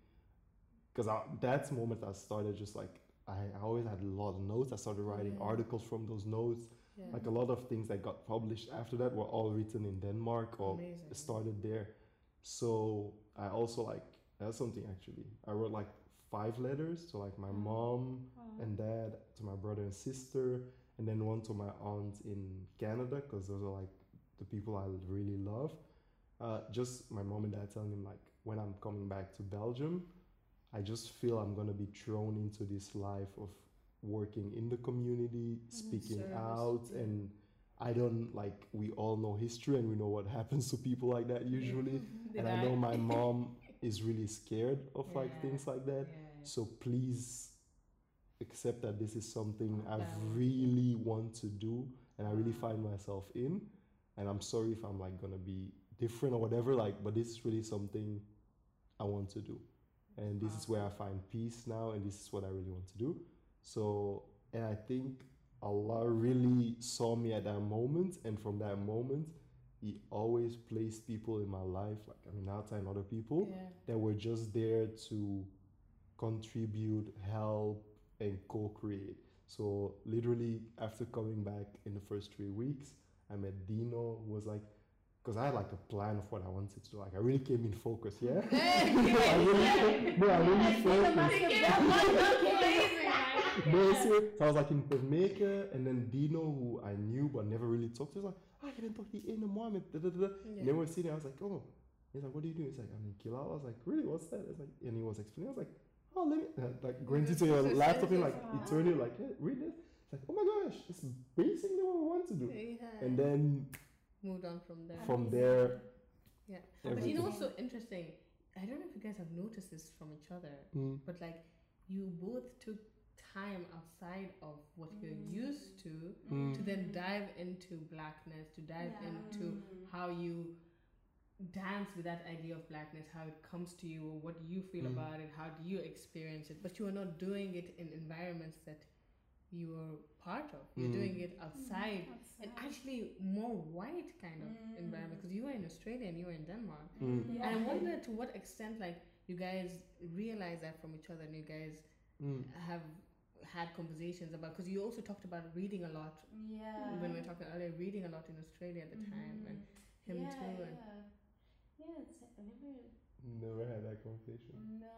because that's the moment I started just like I I always had a lot of notes. I started writing Yeah. articles from those notes. yeah. Like a lot of things that got published after that were all written in Denmark or Amazing. started there. So I also like that's something actually. I wrote like five letters to like my Mm. mom Mm-hmm. and dad, to my brother and sister, and then one to my aunt in Canada because those are like the people I really love. Uh, just my mom and dad telling him like when I'm coming back to Belgium, I just feel I'm gonna be thrown into this life of working in the community, speaking service, out, yeah. and I don't like we all know history and we know what happens to people like that usually. They and I die. know my mom is really scared of like Yeah. things like that. Yeah. So please accept that this is something I Yeah. really want to do and I really Wow. find myself in. And I'm sorry if I'm like gonna be different or whatever, like, but this is really something I want to do. And this is where I find peace now, and this is what I really want to do. So, and I think Allah really saw me at that moment, and from that moment, He always placed people in my life, like I mean, outside other people, Yeah. that were just there to contribute, help, and co create. So, literally, after coming back in the first three weeks, I met Dino, who was like, because I had like a plan of what I wanted to do. Like I really came in focus, yeah. Hey, I really, no, I really Yes, take a focused. massive breath. No, so I was like in Perneke and then Dino, who I knew but never really talked to, was like, ah, je bent toch die ene man met da, da, da, da. And then we're sitting there, I was like, oh. He's like, what do you do? He's like, I'm in Kila. I was like, really? What's that? It's like, and he was explaining. I was like, oh, let me uh, like going This into your is a laptop and sentence, like huh? it turned you like, yeah, read this. It's like, oh my gosh, it's basically what we want to do. And then moved on from there. from there, Mm-hmm. Yeah. But you everything. know what's so interesting? I don't know if you guys have noticed this from each other, Mm. but like you both took time outside of what you're used to Mm. to then dive into blackness, to dive Yeah. into how you dance with that idea of blackness, how it comes to you, what you feel Mm. about it, how do you experience it. But you are not doing it in environments that you are part of. You're Mm. doing it outside and Outside. actually more white kind of environment. 'Cause environment because you were in Australia and you were in Denmark. Mm. Yeah. And I wonder to what extent like you guys realize that from each other and you guys Mm. have had conversations about because you also talked about reading a lot Yeah. Mm-hmm. when we were talking earlier reading a lot in Australia at the time and him yeah, too and Yeah. Yeah, it's, I never. Never had that conversation. No.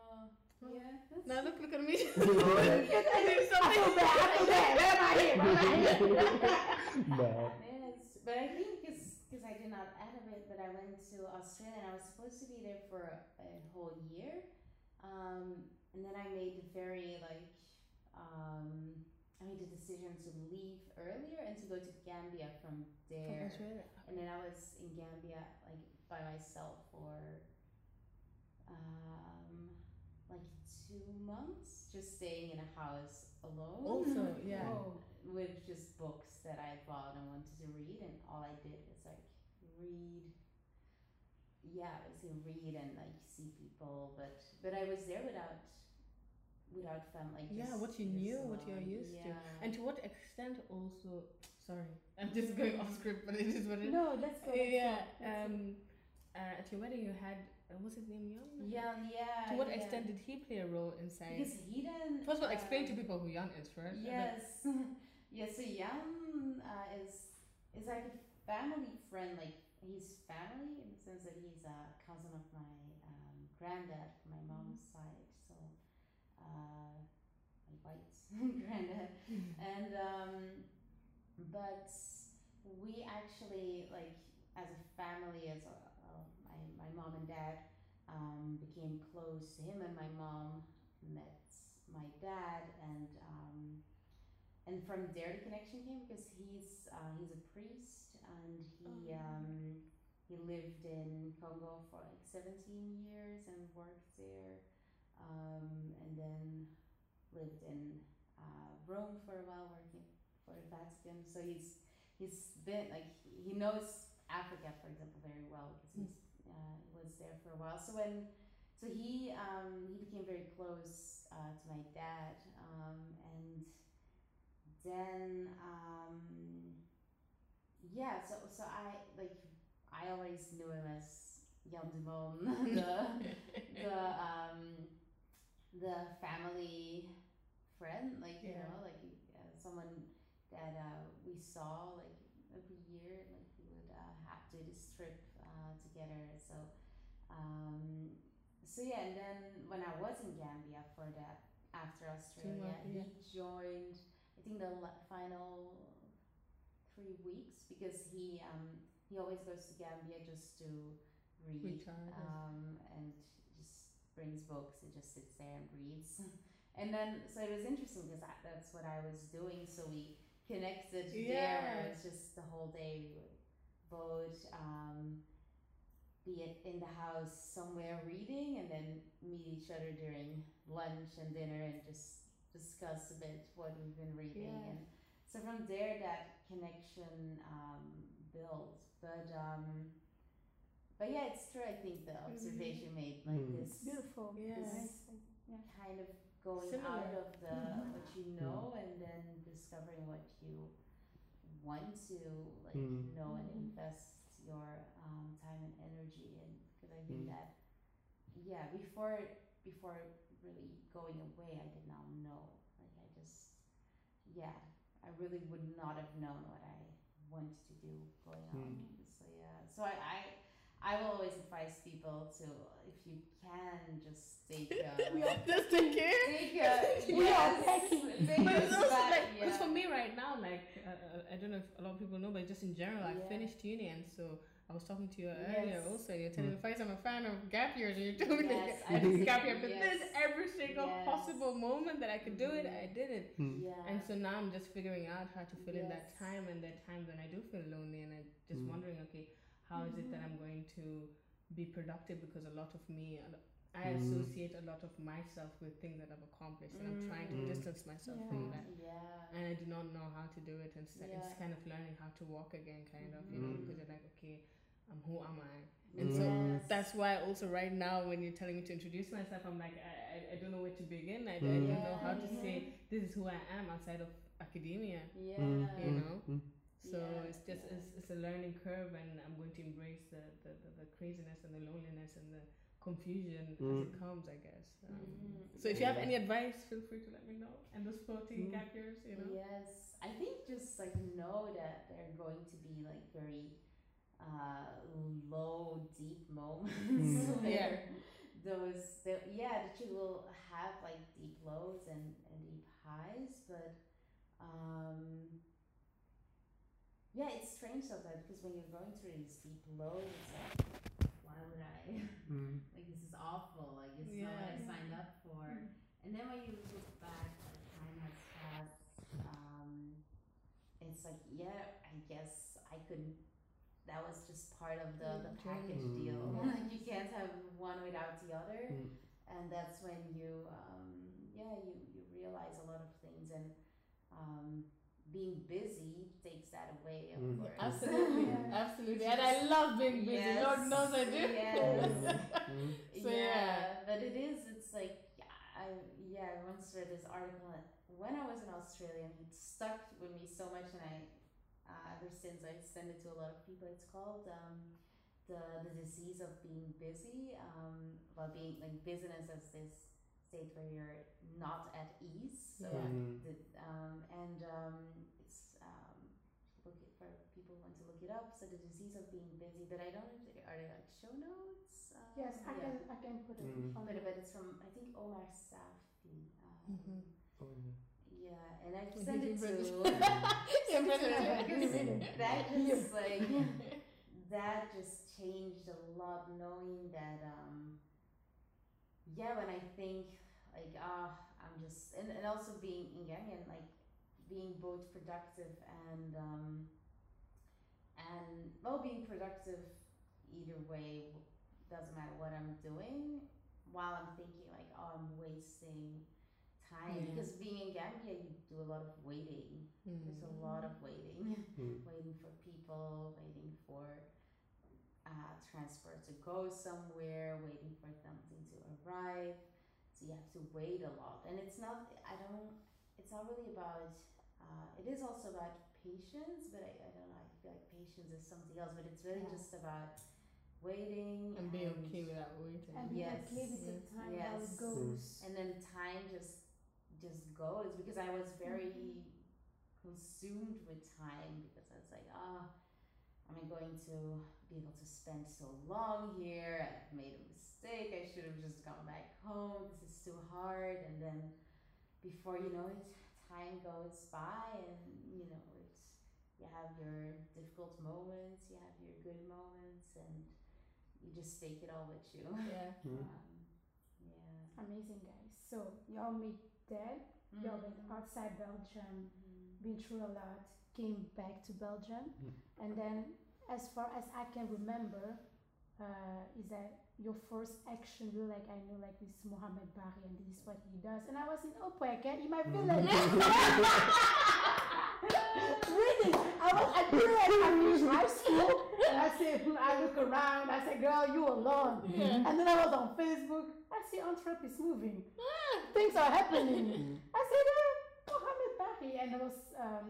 Yeah. That's now look look at me I feel bad. I feel bad. Where am I here? Where am I here? no. Yes, but I think because I did not out of it, but I went to Australia and I was supposed to be there for a whole year, um, and then I made the very like um, I made the decision to leave earlier and to go to Gambia from there, and then I was in Gambia like by myself for um, like two months, just staying in a house alone also yeah Oh, with just books that I bought and wanted to read, and all I did was like read. Yeah, I was gonna read and like see people, but but I was there without without fam like Yeah, just- what you just knew, what you're alone. used to. yeah. and to what extent also sorry I'm just going off script but it is what it is No, let's go. let's go, yeah let's go. um uh, at your wedding you had uh, was his name Young yeah, yeah. to what yeah. extent did he play a role inside Because he didn't. First of all, uh, explain to people who Jan is first. and then- Yes. yes, so Yam uh, is is like a family friend, like he's family in the sense that he's a cousin of my um, granddad from my mom's side. So uh, my white granddad. and um, but we actually like as a family as a, uh, my, my mom and dad um, became close him and my mom met my dad and um, and from there the connection came because he's uh, he's a priest and he Oh. um, he lived in Congo for like 17 years and worked there um, and then lived in uh, Rome for a while working for the Vatican so he's he's been like he he knows Africa for example very well because he's uh, was there for a while. So when, so he um, he became very close uh, to my dad, um, and then um, yeah. So so I like I always knew him as Jan Dumont, the the um, the family friend, like you Yeah. know, like uh, someone that uh, we saw like every year, like we would uh, have to do this trip uh, together. So, um, so yeah, and then when I was in Gambia for that after Australia, months, yeah. he joined. I think the la- final three weeks because he um, he always goes to Gambia just to read Recharge. um, and just brings books and just sits there and reads. And then, so it was interesting because that, that's what I was doing. So we connected there. Where it was just the whole day we would vote, um, be it in the house somewhere reading, and then meet each other during lunch and dinner and just discuss a bit what we've been reading. Yeah. And so from there, that connection um, built. But um, but yeah, it's true. I think the observation made like Mm. this Beautiful. Yeah. Nice. kind of going out Similar. Mm-hmm. of the what you know and then discovering what you want to like Mm. know and Mhm. Mm-hmm. invest your um, time and energy in because I think Mm. that yeah before before really going away I did not know like I just yeah I really would not have known what I wanted to do going on so yeah so I, I I will always advise people to, if you can, just take a. Just take care. Take a. We are yes, taking- take But a it's also back, like, yeah. it's for me right now, like, uh, uh, I don't know if a lot of people know, but just in general, Yeah. I finished uni and so I was talking to you Yes. earlier also. You're telling me, Faiz, I'm a fan of gap years, and you're telling me Yes, that I did gap year, but yes. this every single Yes. possible moment that I could do it, I Mhm. did it. Mm, Yeah. And so now I'm just figuring out how to fill in that Yes. time and that time when I do feel lonely and I'm just Mm. wondering, okay, how is it that Mm-hmm. Mhm. I'm going to be productive because a lot of me, a lo- I Mm. associate a lot of myself with things that I've accomplished and I'm trying to Mm. distance myself Yeah. from that. yeah. And I do not know how to do it and so Yeah. it's kind of learning how to walk again, kind of, you know, Mhm. because you're like, okay, um, who am I? And so Yes. That's why also right now when you're telling me to introduce myself, I'm like, I, I, I don't know where to begin. I, I don't Mm. know how to Yeah. say this is who I am outside of academia. Yeah. you know? Mm. So Yeah, it's just yeah. it's, it's a learning curve, and I'm going to embrace the, the, the, the craziness and the loneliness and the confusion as Mm. it comes, I guess. Um, Mhm. So if you have Yeah. any advice, feel free to let me know. And those floating Mm. gap years, you know. Yes, I think just like know that they're going to be like very uh, low, deep moments Mm. where those, the, yeah, that you will have like deep lows and, and deep highs, but um, yeah, it's strange sometimes because when you're going through these deep lows, it's like, why would I? Mm. like this is awful like it's not what i Yeah. Mm-hmm. signed up for and then when you look back like time has passed um, it's like yeah i guess i couldn't that was just part of the, the Mm, package journey. deal Mm. like you can't have one without the other Mm. and that's when you um, yeah you, you realize a lot of things and um, being busy takes that away of Mm. course Absolutely, Yeah. absolutely. And I love being busy. Yes. Lord knows I do. Yes. Mm. So, yeah, yeah. but it is. It's like yeah, I yeah. I once read this article that when I was in Australia, and it stuck with me so much, and I uh, ever since I send it to a lot of people. It's called um, the the disease of being busy. Um, about being like business as this state where you're not at ease. So Yeah. Mm. the, um, and um, it's um, look it, for people who want to look it up. So the disease of being busy, but I don't. know if they- Are they like show notes? Uh, Yes, I yeah. can, I can put it Mm. on But, but it's from I think Omar Safi. Um, Mhm. Oh, Yeah, and I Well, sent he it read it. to. Yeah, but- Yeah, yeah. because that Yeah. just like that just changed a lot knowing that um yeah when I think like ah I'm just and, and also being in Gangan like being both productive and um and well being productive either way doesn't matter what I'm doing while I'm thinking like oh I'm wasting time Yeah. because being in Gambia you do a lot of waiting Mm. there's a lot of waiting, Mm. waiting for people, waiting for uh, transport to go somewhere, waiting for something to arrive. So you have to wait a lot, and it's not. I don't. It's not really about. Uh, it is also about patience, but I, I don't know. I feel like patience is something else, but it's really Yeah. just about waiting And be okay without waiting. And we Yes. can play with the time how Yes. it goes. and then time just just goes because I was very consumed with time because I was like, ah, am I going to be able to spend so long here? I've made a mistake. I should have just gone back home. This is too hard. And then before you know it, time goes by, and you know it's you have your difficult moments, you have your good moments, and you just take it all with you. Yeah. Mm. Um, yeah. Amazing guys. So y'all meet there. Mm. Y'all went Mm-hmm. outside Belgium, been through a lot, came back to Belgium, Mm. and then as far as I can remember, uh, is that your first action you like I know like this Mohammed Bari and this is what he does and I was in Opweke in my village really I was I feel like I finished high school and I said hmm, I look around I said girl you alone Yeah. and then I was on Facebook I see Antwerp is moving things are happening I said oh, Mohammed Bari en dat was um,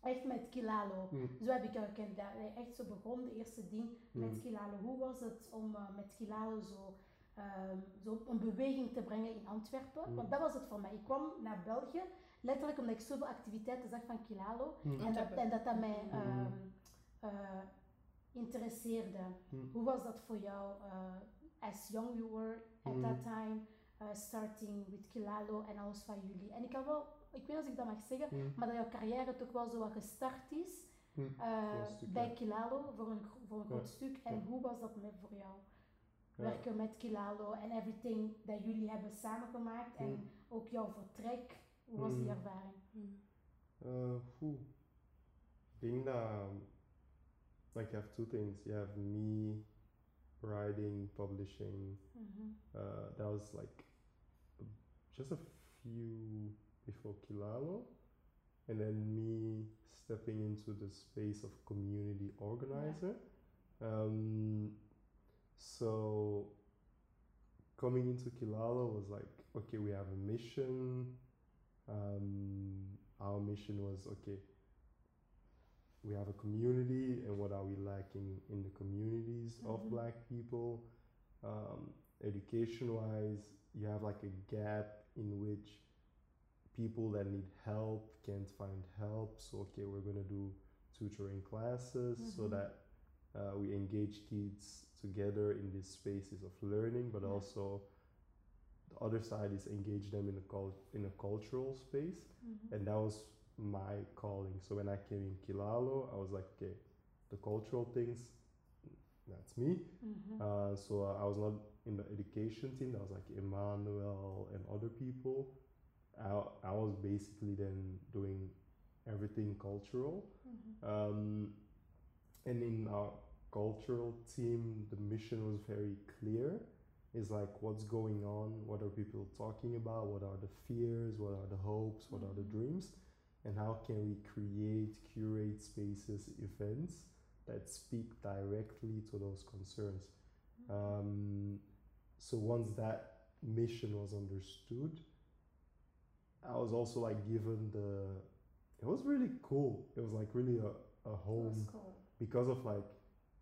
echt met Kilalo Mm. zo heb ik jou gekend dat hij echt zo begon de eerste ding met Mm. Kilalo. Hoe was het om eh, met Kilalo zo, ehm, zo op een beweging te brengen in Antwerpen? Mm. Want dat was het voor mij. Ik kwam naar België letterlijk omdat ik zoveel activiteiten zag van Kilalo. Mm. En dat, en dat dat mij Mm. ehm, eh, interesseerde. Hmm. Hoe was dat voor jou eh, as young you were at Hmm. that time, eh, starting with Kilalo en alles van jullie? En ik kan wel, ik weet niet of ik dat mag zeggen, Hmm. maar dat jouw carrière toch wel zo wat gestart is Hmm. eh, Voor een stuk, bij ja. Kilalo voor een, gro- voor een Ja. groot stuk. En Ja. hoe was dat met, voor jou? Ja. Werken met Kilalo en everything dat jullie hebben samengemaakt en ook jouw vertrek. Hoe was die Hmm. ervaring? Uh, whew. Being that, um, like, you have two things. You have me writing, publishing. Mhm. Uh, that was like just a few before Kilalo. And then me stepping into the space of community organizer. Um, so coming into Kilalo was like, okay, we have a mission. Um, our mission was okay, we have a community, and what are we lacking in the communities Mhm. of black people? Um, education wise, you have like a gap in which people that need help can't find help. So, okay, we're going to do tutoring classes so Mhm. that uh, we engage kids together in these spaces of learning, but Yeah. also the other side is engage them in a cul- in a cultural space, Mhm. and that was my calling. So when I came in Kilalo, I was like, okay, the cultural things, that's me. Mhm. Uh, so I was not in the education team. That was like Emmanuel and other people. I, I was basically then doing everything cultural. Mhm. Um, and in our cultural team, the mission was very clear. It's like what's going on, what are people talking about, what are the fears, what are the hopes, what are the Mhm. dreams, and how can we create, curate spaces, events that speak directly to those concerns. Um, so once that mission was understood, I was also like given the. It was really cool. It was like really a, a Dat home was cool. because of like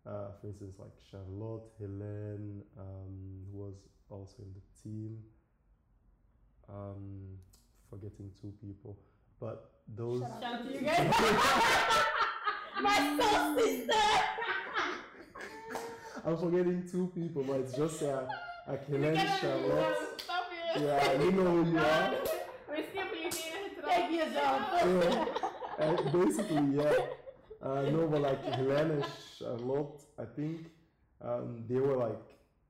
uh, for instance like Charlotte, Helene, um, who was also in the team. Um, forgetting two people, but those Shout Shout out out to to you you guys. I'm forgetting two people, but it's just uh, like Helene, Charlotte. Stop it. Yeah, you know who you are. We're simply here to Kijk jezelf. yeah. Uh, basically, yeah. Uh, no, but like Helene and Charlotte, I think um, they were like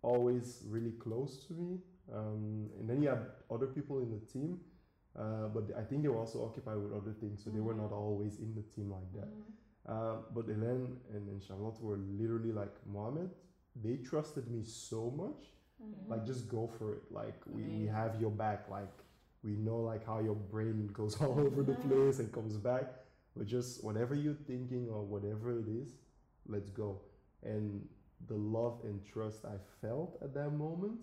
always really close to me. Um, and then you had other people in the team, uh, but I think they were also occupied with other things, so they were not always in the team like that. Mhm. Um, but Helene and, and Charlotte were literally like Mohammed. They trusted me so much Mhm. like just go for it like we, we Amazing. have your back like we know like how your brain goes all over the place and comes back but just whatever you're thinking or whatever it is let's go and the love and trust i felt at that moment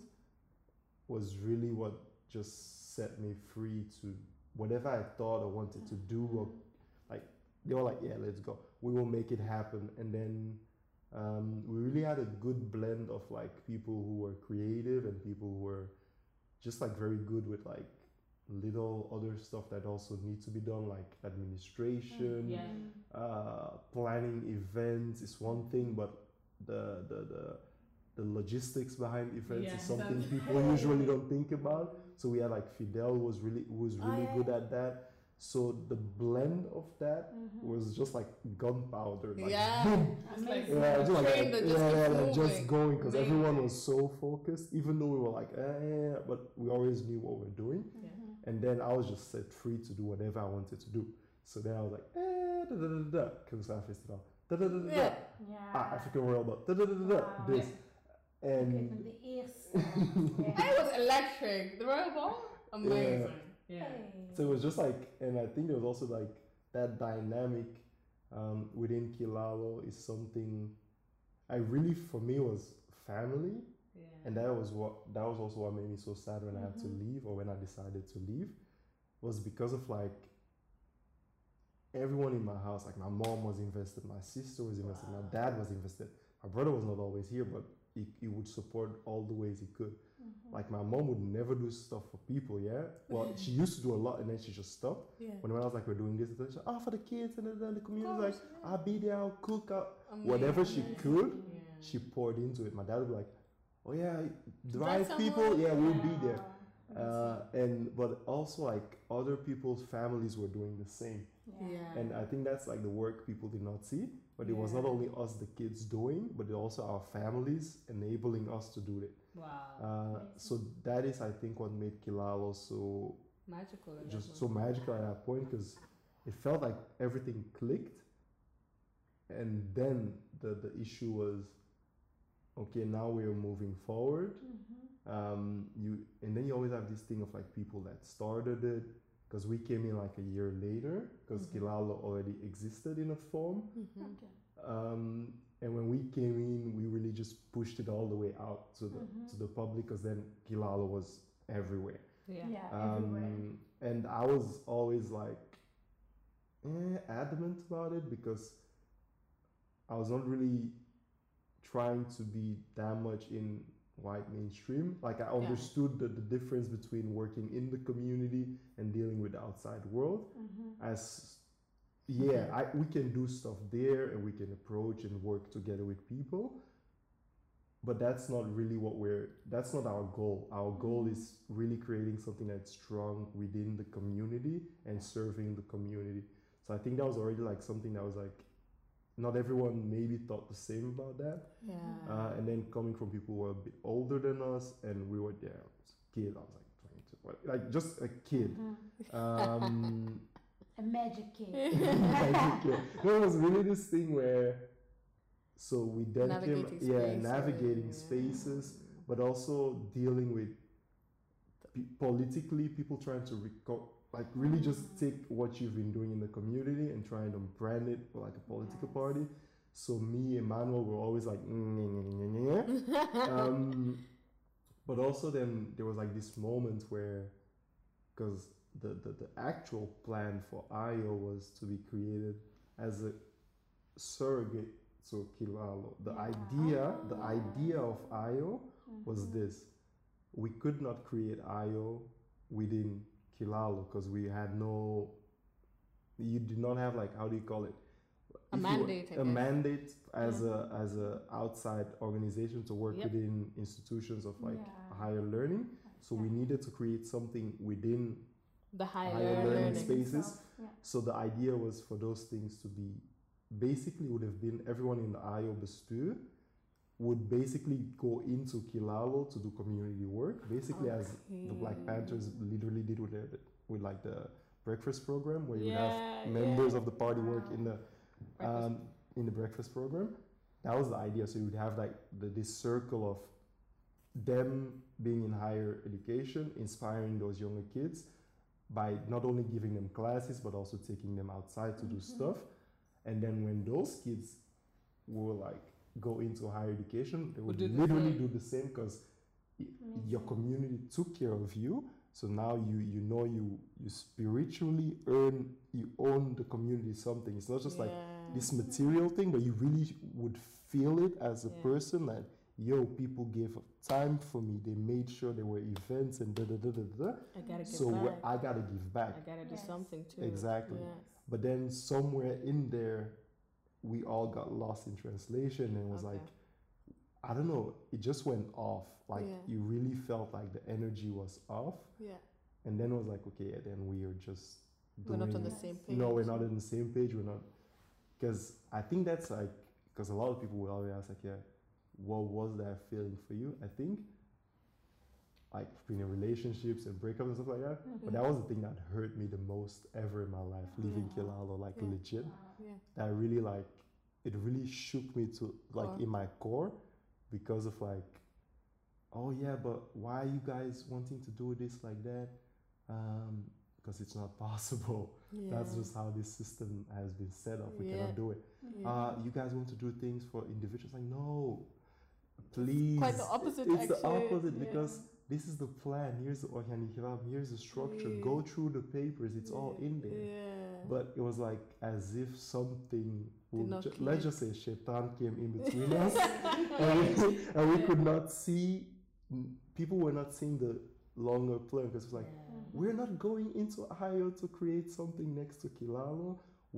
was really what just set me free to whatever i thought or wanted to do or they were like, yeah, let's go. We will make it happen. And then um, we really had a good blend of like people who were creative and people who were just like very good with like little other stuff that also needs to be done, like administration, Mm, Yeah. Mhm. uh, planning events is one thing, but the the the, the logistics behind events Yeah, is something that's- people usually don't think about. So we had like Fidel was really was Oh, really yeah, good yeah. at that. So the blend of that was just like gunpowder. Like Yeah. boom. Mhm. Yeah, just like, Train that just yeah, yeah, keeps like, just moving. going because Amazing. everyone was so focused, even though we were like, eh, but we always knew what we're doing. Mhm. And then I was just set free to do whatever I wanted to do. So then I was like, eh, da da da da, Kungsar Festival, da da da da, da. Yeah. Ja. ah, African World, Cup, da da da da, da Wow. this. Ik weet nog And de eerste. Ja. It was electric. The Royal Ball? Amazing. Yeah. so it was just like, and I think there was also like that dynamic um, within Kilalo is something I really, for me, was family. Yeah. and that was what that was also what made me so sad when I had to Mhm. leave or when I decided to leave was because of like everyone in my house like my mom was invested my sister was invested my dad was invested my brother was not always here but he, he would support all the ways he could Mm-hmm. Like my mom would never do stuff for people, yeah. Well, she used to do a lot and then she just stopped. Yeah. When I was like, we're doing this, she's like, oh, for the kids and the, the community, like, ah. Course, yeah. I'll be there, I'll cook, I'll Amazing. whatever she could, Yeah. she poured into it. My dad would be like, oh yeah, Bring drive someone. people, yeah, we'll be there. Wow. Uh, and but also like other people's families were doing the same, Yeah. and I think that's like the work people did not see. But it was Yeah. not only us, the kids, doing, but it also our families enabling us to do it. Wow. Uh, so that is, I think, what made Kilalo so Magical. at that just point. so magical at that point because it felt like everything clicked and then the, the issue was okay now we're moving forward Mm-hmm. um, you and then you always have this thing of like people that started it because we came in like a year later because Mhm. Kilalo already existed in a form Mhm. Okay. um, and when we came in we really just pushed it all the way out to the, Mhm. to the public because then Kilalo was everywhere Yeah. Yeah, everywhere. um, and I was always like eh, adamant about it because I was not really trying to be that much in white mainstream. Like I understood the, the difference between working in the community and dealing with the outside world. Mhm. As yeah, I, we can do stuff there and we can approach and work together with people. But that's not really what we're, that's not our goal. Our goal is really creating something that's strong within the community and serving the community. So I think that was already like something that was like, not everyone maybe thought the same about that. Yeah. Uh, and then coming from people who were a bit older than us and we were there, I was a kid, I was like 22, what- like just a kid. Mhm. Uh, A Um, magic kid. Like, yeah. No, it was really this thing where so we then Navigating came yeah spaces, navigating yeah. spaces but also dealing with pe- politically people trying to reco- like really Mm. just take what you've been doing in the community and trying to brand it for like a political Yes. party so me and manuel were always like "Mm, "Mm-mm-mm-mm-mm-mm." um, but also then there was like this moment where because the, the, the actual plan for IO was to be created as a surrogate to Kilalo. The Yeah. idea, the Ah. idea of IO was Mhm. this: we could not create IO within Kilalo because we had no. You did not have like how do you call it? A If you- mandate, I a guess. mandate as a as a outside organization to work Yep. within institutions of like Yeah. higher learning. So we Yeah. needed to create something within The higher, higher learning learning. spaces. Yeah. So the idea was for those things to be basically would have been everyone in the IO bestuur would basically go into Kilalo to do community work, basically as the Black Panthers literally did with their, with like the breakfast program where you would have Yeah, members yeah. of the party work Wow. in the Breakfast. um, in the breakfast program. That was the idea. So you would have like the, this circle of them being in higher education, inspiring those younger kids by not only giving them classes but also taking them outside to do stuff. And then when those kids will like go into higher education, they would do the literally same. do the same because your community took care of you. So now you you know you you spiritually earn you own the community something. It's not just like Yeah. this material thing, but you really would feel it as a Yeah. person that yo, people gave up time for me. They made sure there were events and da da da da da. I gotta give So back. wh- I gotta give back. I gotta do Yes. something too. Exactly. Yes. But then somewhere in there, we all got lost in translation and was Okay. like, I don't know, it just went off. Like Yeah. you really felt like the energy was off, Yeah. and then it was like, okay, then we are just We're not on the doing- same page. no, we're not on the same page. We're not because I think that's like because a lot of people will always ask like, yeah, what was that feeling for you? I think like between relationships and breakups and stuff like that. But that was the thing that hurt me the most ever in my life, leaving Yeah. Kilalo, like Yeah. Uh, legit. Yeah. That really like it really shook me to like Core. in my core because of like, oh yeah, but why are you guys wanting to do this like that? Um, because it's not possible. Yeah. That's just how this system has been set up. We Yeah. cannot do it. Yeah. Uh, you guys want to do things for individuals? Like, no, please. Quite the opposite. It's the actually. opposite Yeah. because this is the plan. Here's the organigram. Here's the structure. Go through the papers. It's all Yeah. in there. Yeah. But it was like as if something. Would not ju- click. let's just say Shaitan came in between us, and, we, and we could not see n- people were not seeing the longer plan because it's like Mm-hmm. we're not going into Ohio to create something next to Kilalo.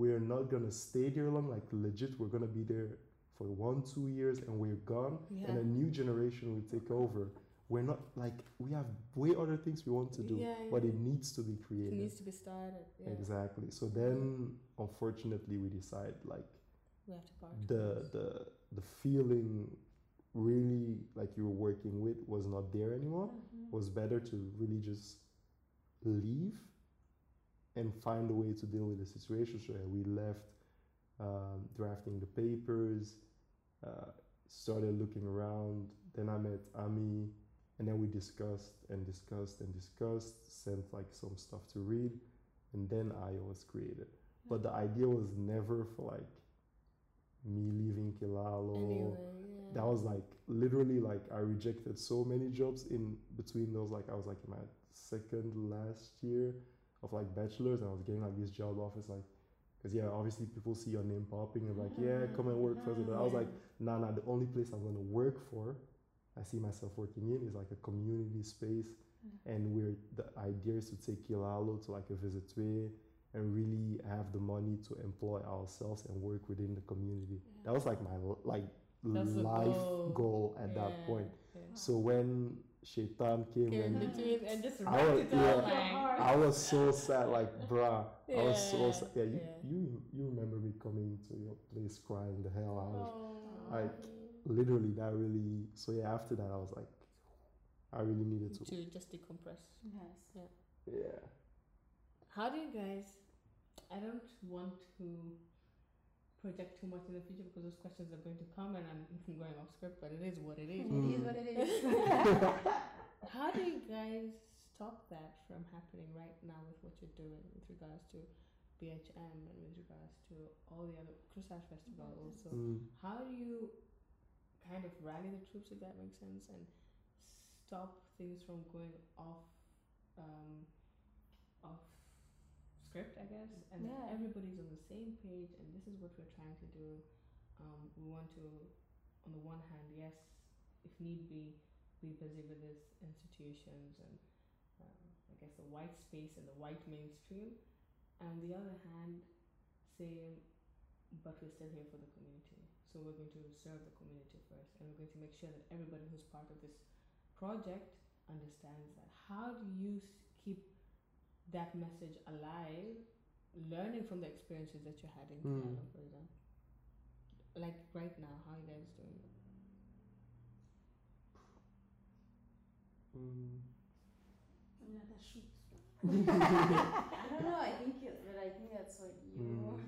We're not gonna stay there long. Like legit, we're gonna be there for one, two years, and we're gone. And a new generation will take over. We're not like we have way other things we want to do, Yeah, but yeah. it needs to be It created. needs to be started. Yeah. Exactly. So then, unfortunately, we decide like We have to part. the the the feeling really like you were working with was not there anymore Mm-hmm. was better to really just leave and find a way to deal with the situation so yeah, we left um, drafting the papers uh, started looking around then i met ami and then we discussed and discussed and discussed sent like some stuff to read and then io was created but the idea was never for like me leaving kilalo Anyway, that was like literally like I rejected so many jobs in between those like I was like in my second last year of like bachelor's and I was getting like this job offers like because yeah obviously people see your name popping and like yeah come and work for us but I was like nah nah the only place I'm gonna work for I see myself working in is like a community space and where the idea is to take Kilalo to like a visit way and really have the money to employ ourselves and work within the community. That was like my l- like That's the life goal. goal. at that Yeah, point. yeah. So when Shaitan came Yeah, and In between and just I write was- it out yeah. like I was so sad, like bruh. I was Yeah, so sad. Yeah, you, yeah. you you remember me coming to your place crying the hell out of Oh. like literally that really so yeah after that I was like I really needed to to just decompress. Yes. Yeah. How do you guys? I don't want to project too much in the future because those questions are going to come and I'm going off script, but it is what it Mm-hmm. is. It Mm. is what it is. How do you guys stop that from happening right now with what you're doing with regards to BHM and with regards to all the other Crusash Festival also? Mm. How do you kind of rally the troops, if that makes sense, and stop things from going off, um, off script, I guess, and that Yeah. everybody's on the same page, and this is what we're trying to do. Um, we want to, on the one hand, yes, if need be, be busy with these institutions and um, I guess the white space and the white mainstream, and on the other hand, saying but we're still here for the community. So we're going to serve the community first, and we're going to make sure that everybody who's part of this project understands that. How do you s- keep that message alive, learning from the experiences that you had in Mm. Ghana, for example? Like right now, how are you guys doing? it? Mm. I don't know. I think, it, but I think that's what you. Mm.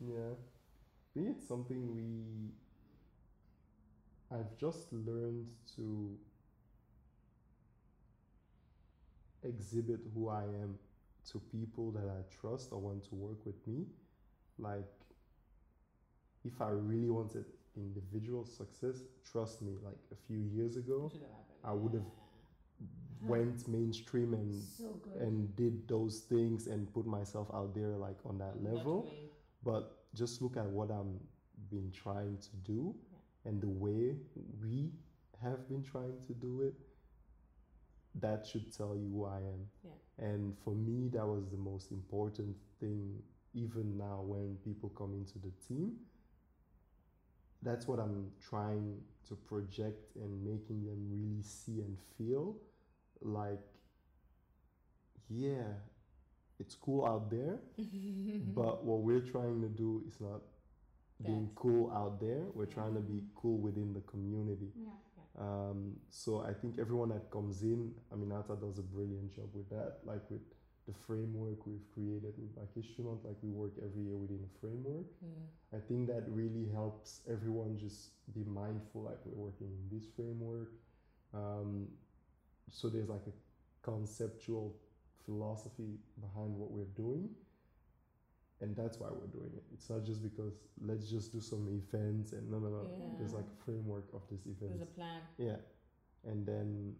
Yeah. I think it's something we. I've just learned to exhibit who I am to people that I trust or want to work with me. Like, if I really wanted individual success, trust me, like a few years ago, Should have happened. I would have went mainstream and So good. and did those things and put myself out there like on that That level way. but just look at what I'm been trying to do and the way we have been trying to do it that should tell you who I am Yeah. and for me that was the most important thing even now when people come into the team that's what I'm trying to project and making them really see and feel like yeah it's cool out there Mm-hmm. but what we're trying to do is not being That. cool out there we're trying to be cool within the community um, so i think everyone that comes in i mean ata does a brilliant job with that like with the framework we've created with like instrument like we work every year within a framework Mm. I think that really helps everyone just be mindful, like we're working in this framework. Um, so there's like a conceptual philosophy behind what we're doing, and that's why we're doing it. It's not just because let's just do some events and no, no, no. There's like a framework of this There's event. a plan. Yeah, and then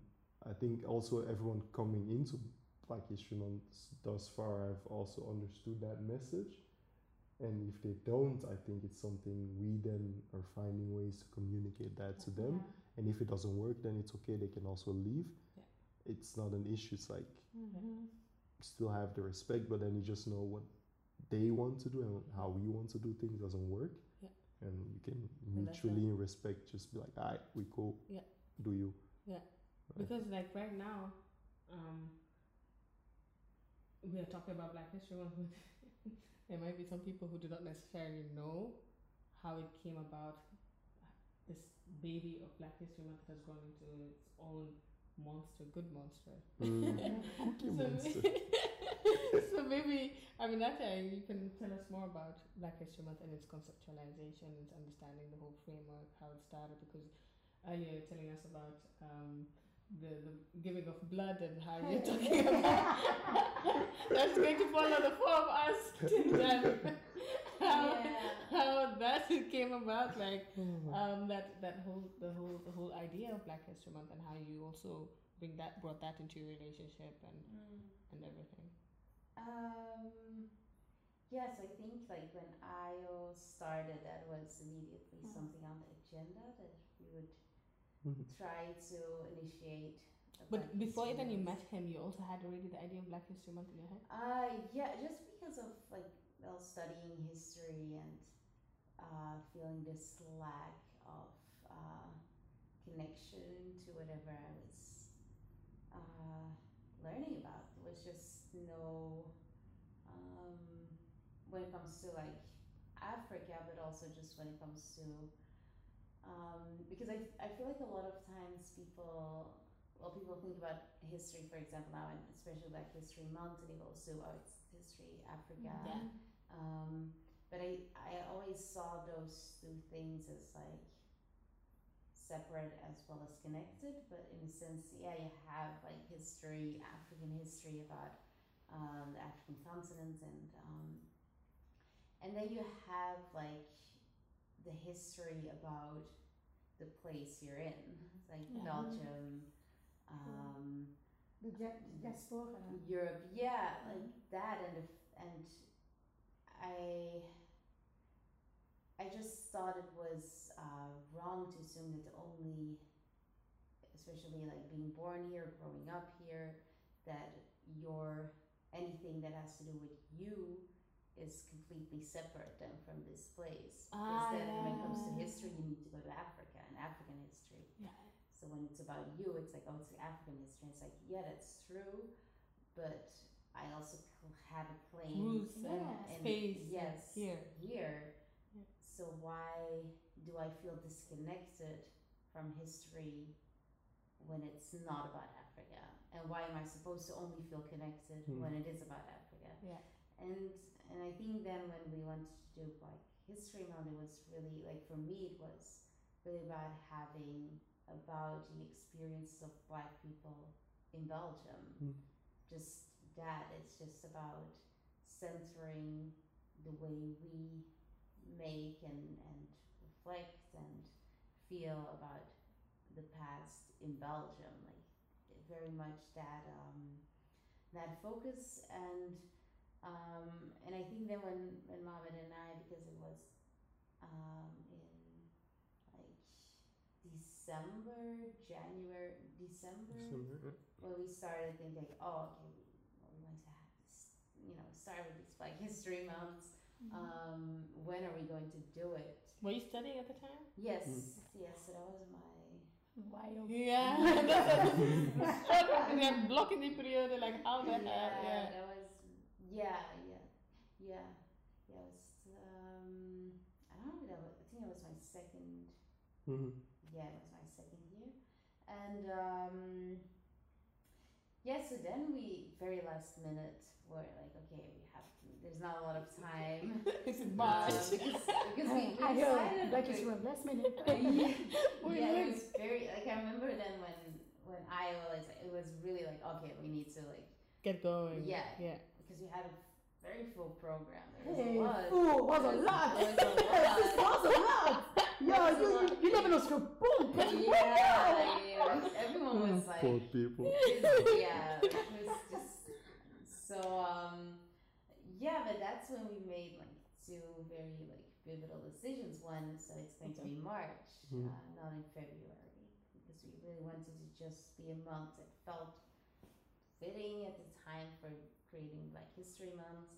I think also everyone coming into Black History Month thus far, I've also understood that message. And if they don't, I think it's something we then are finding ways to communicate that to them And if it doesn't work, then it's okay. They can also leave. Yeah. It's not an issue. It's like Mhm. still have the respect, but then you just know what they want to do and how you want to do things doesn't work. Yeah. And you can And that's mutually in respect just be like, all right, we go. Yeah. Do you? Because like right now, um, we are talking about Black History Month. there might be some people who do not necessarily know how it came about. This baby of Black History Month has gone into its own monster, good monster. Mm, cookie monster. so maybe I mean that you can tell us more about Black History Month and its conceptualization, its understanding the whole framework, how it started. Because earlier you were telling us about um, the, the giving of blood and how you're talking about that's going to follow the four of us till then. how, Yeah. how that came about, like Hmm. Oh. um, that that whole the whole the whole idea of Black History Month and how you also bring that brought that into your relationship and Mm. and everything. Um, yes, I think like when IO started, that was immediately Mm-hmm. Mm. something on the agenda that we would Mhm. try to initiate. a But Black before History even you Month. met him, you also had already the idea of Black History Month in your head. Uh, yeah, just because of like well studying history and uh, feeling this lack of uh, connection to whatever I was uh, learning about. There was just no um, when it comes to like Africa, but also just when it comes to um, because I, I feel like a lot of times people well, people think about history, for example, now, and especially like History Month, and they will assume, oh, it's history, Africa. Mm-hmm. Um, but I, I always saw those two things as like separate as well as connected. But in a sense, yeah, you have like history, African history about um, the African continent, and um, and then you have like the history about the place you're in, like Mhm. Belgium. Um, De dia- diaspora. Europe, yeah, like that, and if, and I, I just thought it was uh, wrong to assume that only, especially like being born here, growing up here, that your anything that has to do with you is completely separate than from this place. Ah, Because then when it comes to yeah. history, you need to go to Africa and African history. So when it's about you, it's like, oh, it's the African history. It's like, yeah, that's true, but I also cl- have a claim Roots Yeah. and and- space. yes, Here. here. Yeah. So why do I feel disconnected from history when it's not about Africa? And why am I supposed to only feel connected Hmm. when it is about Africa? Yeah. And and I think then when we wanted to do like history month, it was really like for me it was really about having about the experiences of black people in Belgium. Hmm. Just that it's just about centering the way we make and, and reflect and feel about the past in Belgium. Like very much that um, that focus and um, and I think that when when Mohammed and I because it was um, in like December, January, December Somewhere. when we started thinking, like, oh, okay, we, well, we want to have this, you know, start with this Black History Month. Mm-hmm. Um, when are we going to do it? Were you studying at the time? Yes, yes, so that was my Wild. Yeah. That's a struggle. We had blocking the period, like Oh, how the hell? Yeah. that was yeah, yeah, yeah, yeah. It was um, I don't know. That was, I think it was my second. Mhm. Yeah, it was my second year, and um, yeah. So then we very last minute were like, okay, we have. To, there's not a lot of time. It's in um, March. because, because we, we I decided know. Black we- is real. Last minute. yeah, We're yeah, young. it was very like I remember then when when I was it was really like okay we need to like Get going. Yeah. Yeah. because we had a very full program there was Hey, a lot fool, was a lot. There was a lot. This was a lot. Yo, That's a you, you, lot. you live in a strip boom. yeah, yeah, everyone was like Poor people. yeah, it was just so um yeah, but that's when we made like two very like pivotal decisions. One, so it's going to be March, Mm. uh, not in February. because we really wanted to just be a month. It felt fitting at the time for creating Black History Month.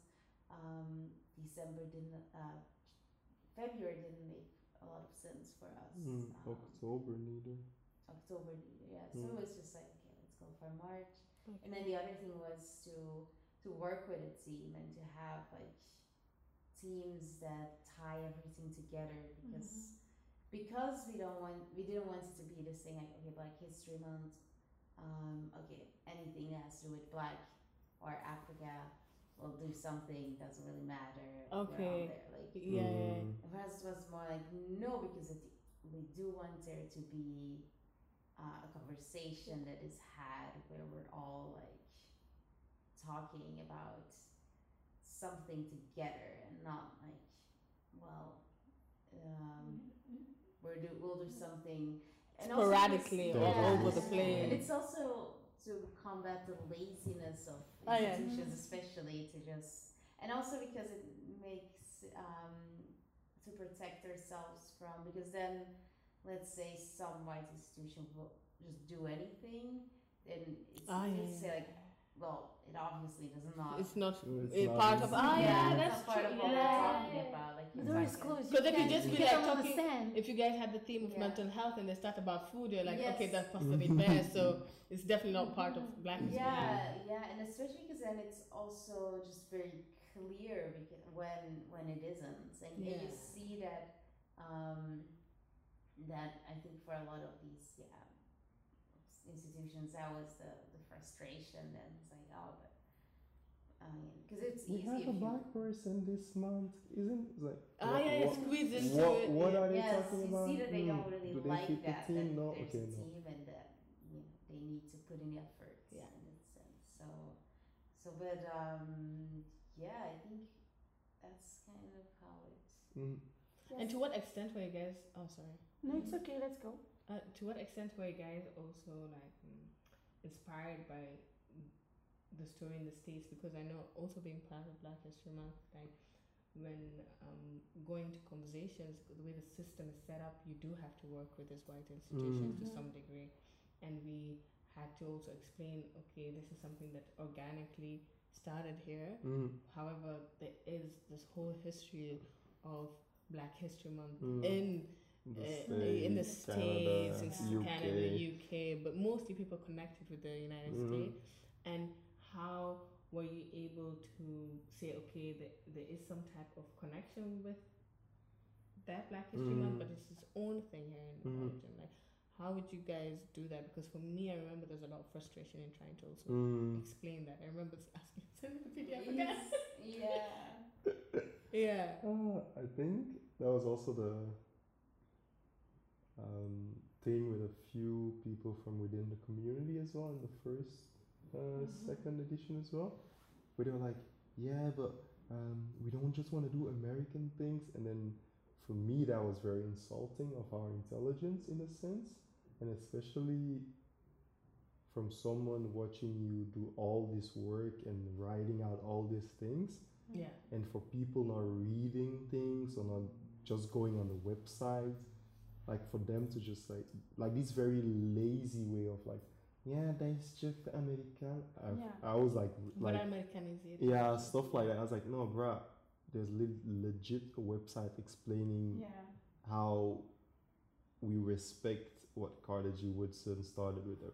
Um, December didn't, uh, February didn't make a lot of sense for us. Mm, Um, October neither. October, yeah. So Mm. it was just like, okay, let's go for March. Okay. And then the other thing was to to work with a team and to have like teams that tie everything together because Mm-hmm. because we don't want we didn't want it to be this thing like okay Black History Month, um, okay anything that has to do with Black or Africa, we'll do something doesn't really matter. like, we're all Okay. there, like Yeah. Mm. Whereas it was more like, no, because it, we do want there to be uh, a conversation that is had where we're all like talking about something together and not like, well, um, Mm-hmm. we're do, we'll do something and also it's- Sporadically all over the place. And it's also to combat the laziness of Oh, yeah. institutions, especially to just and also because it makes um, to protect ourselves from because then let's say some white institution will just do anything then it's Ah, you yeah, just yeah. say like well it obviously does not Mm. It's not No, it's a not part of. easy. Ah, yeah, Yeah. that's not part true. of what yeah. we're talking about like The it's door is like- closed. Because they could Yeah. just be Because like I'm on the talking. stand. If you guys had the theme of Yeah. mental health and they start about food, you're like, Yes. okay, that's part of it there. So it's definitely not part of black history. yeah yeah and especially because then it's also just very clear because when when it isn't and, and you Yeah. see that um, that i think for a lot of these yeah institutions that was the, the frustration and it's like oh but because it's We easy have if a you- black person this month, isn't it's like? Ah, what- yeah, yeah, what- squeeze into what, it. what are they yes, talking you about? see that they Hmm, don't really do they like fit that. The team? that No, there's okay, a no. team and that you know, they need to put in effort. Yeah. in that sense. So, so but um, yeah, I think that's kind of how it's. Mm. And to what extent were you guys? Oh, sorry. No, it's okay. Let's go. Uh, to what extent were you guys also like mm, inspired by the story in the states? Because I know also being part of Black History Month, like when um, going to conversations, the way the system is set up, you do have to work with these white institutions to Mhm. some degree, and we had to also explain, okay, this is something that organically started here. Mm. However, there is this whole history of Black History Month Mm. in The uh, in the States, States, in Canada, Canada, UK, but mostly people connected with the United Mhm. States. And how were you able to say, okay, there, there is some type of connection with that Black History Mm. Month, but it's its own thing here in Mhm. Belgium? Like, how would you guys do that? Because for me, I remember there's a lot of frustration in trying to also Mm. explain that. I remember asking, send me the PDF again. Yes, yeah. Yeah. Uh, I think that was also the um, thing with a few people from within the community as well in the first, uh, second edition as well, where they were like, yeah, but um, we don't just want to do American things. And then for me, that was very insulting of our intelligence in a sense, and especially from someone watching you do all this work and writing out all these things Yeah. and for people not reading things or not just going on the website like for them to just like like this very lazy way of like yeah that's just american I, Yeah. I was like What like American is it? yeah stuff like that i was like no bruh there's le- legit a website explaining how we respect what Carter G. Woodson started with the,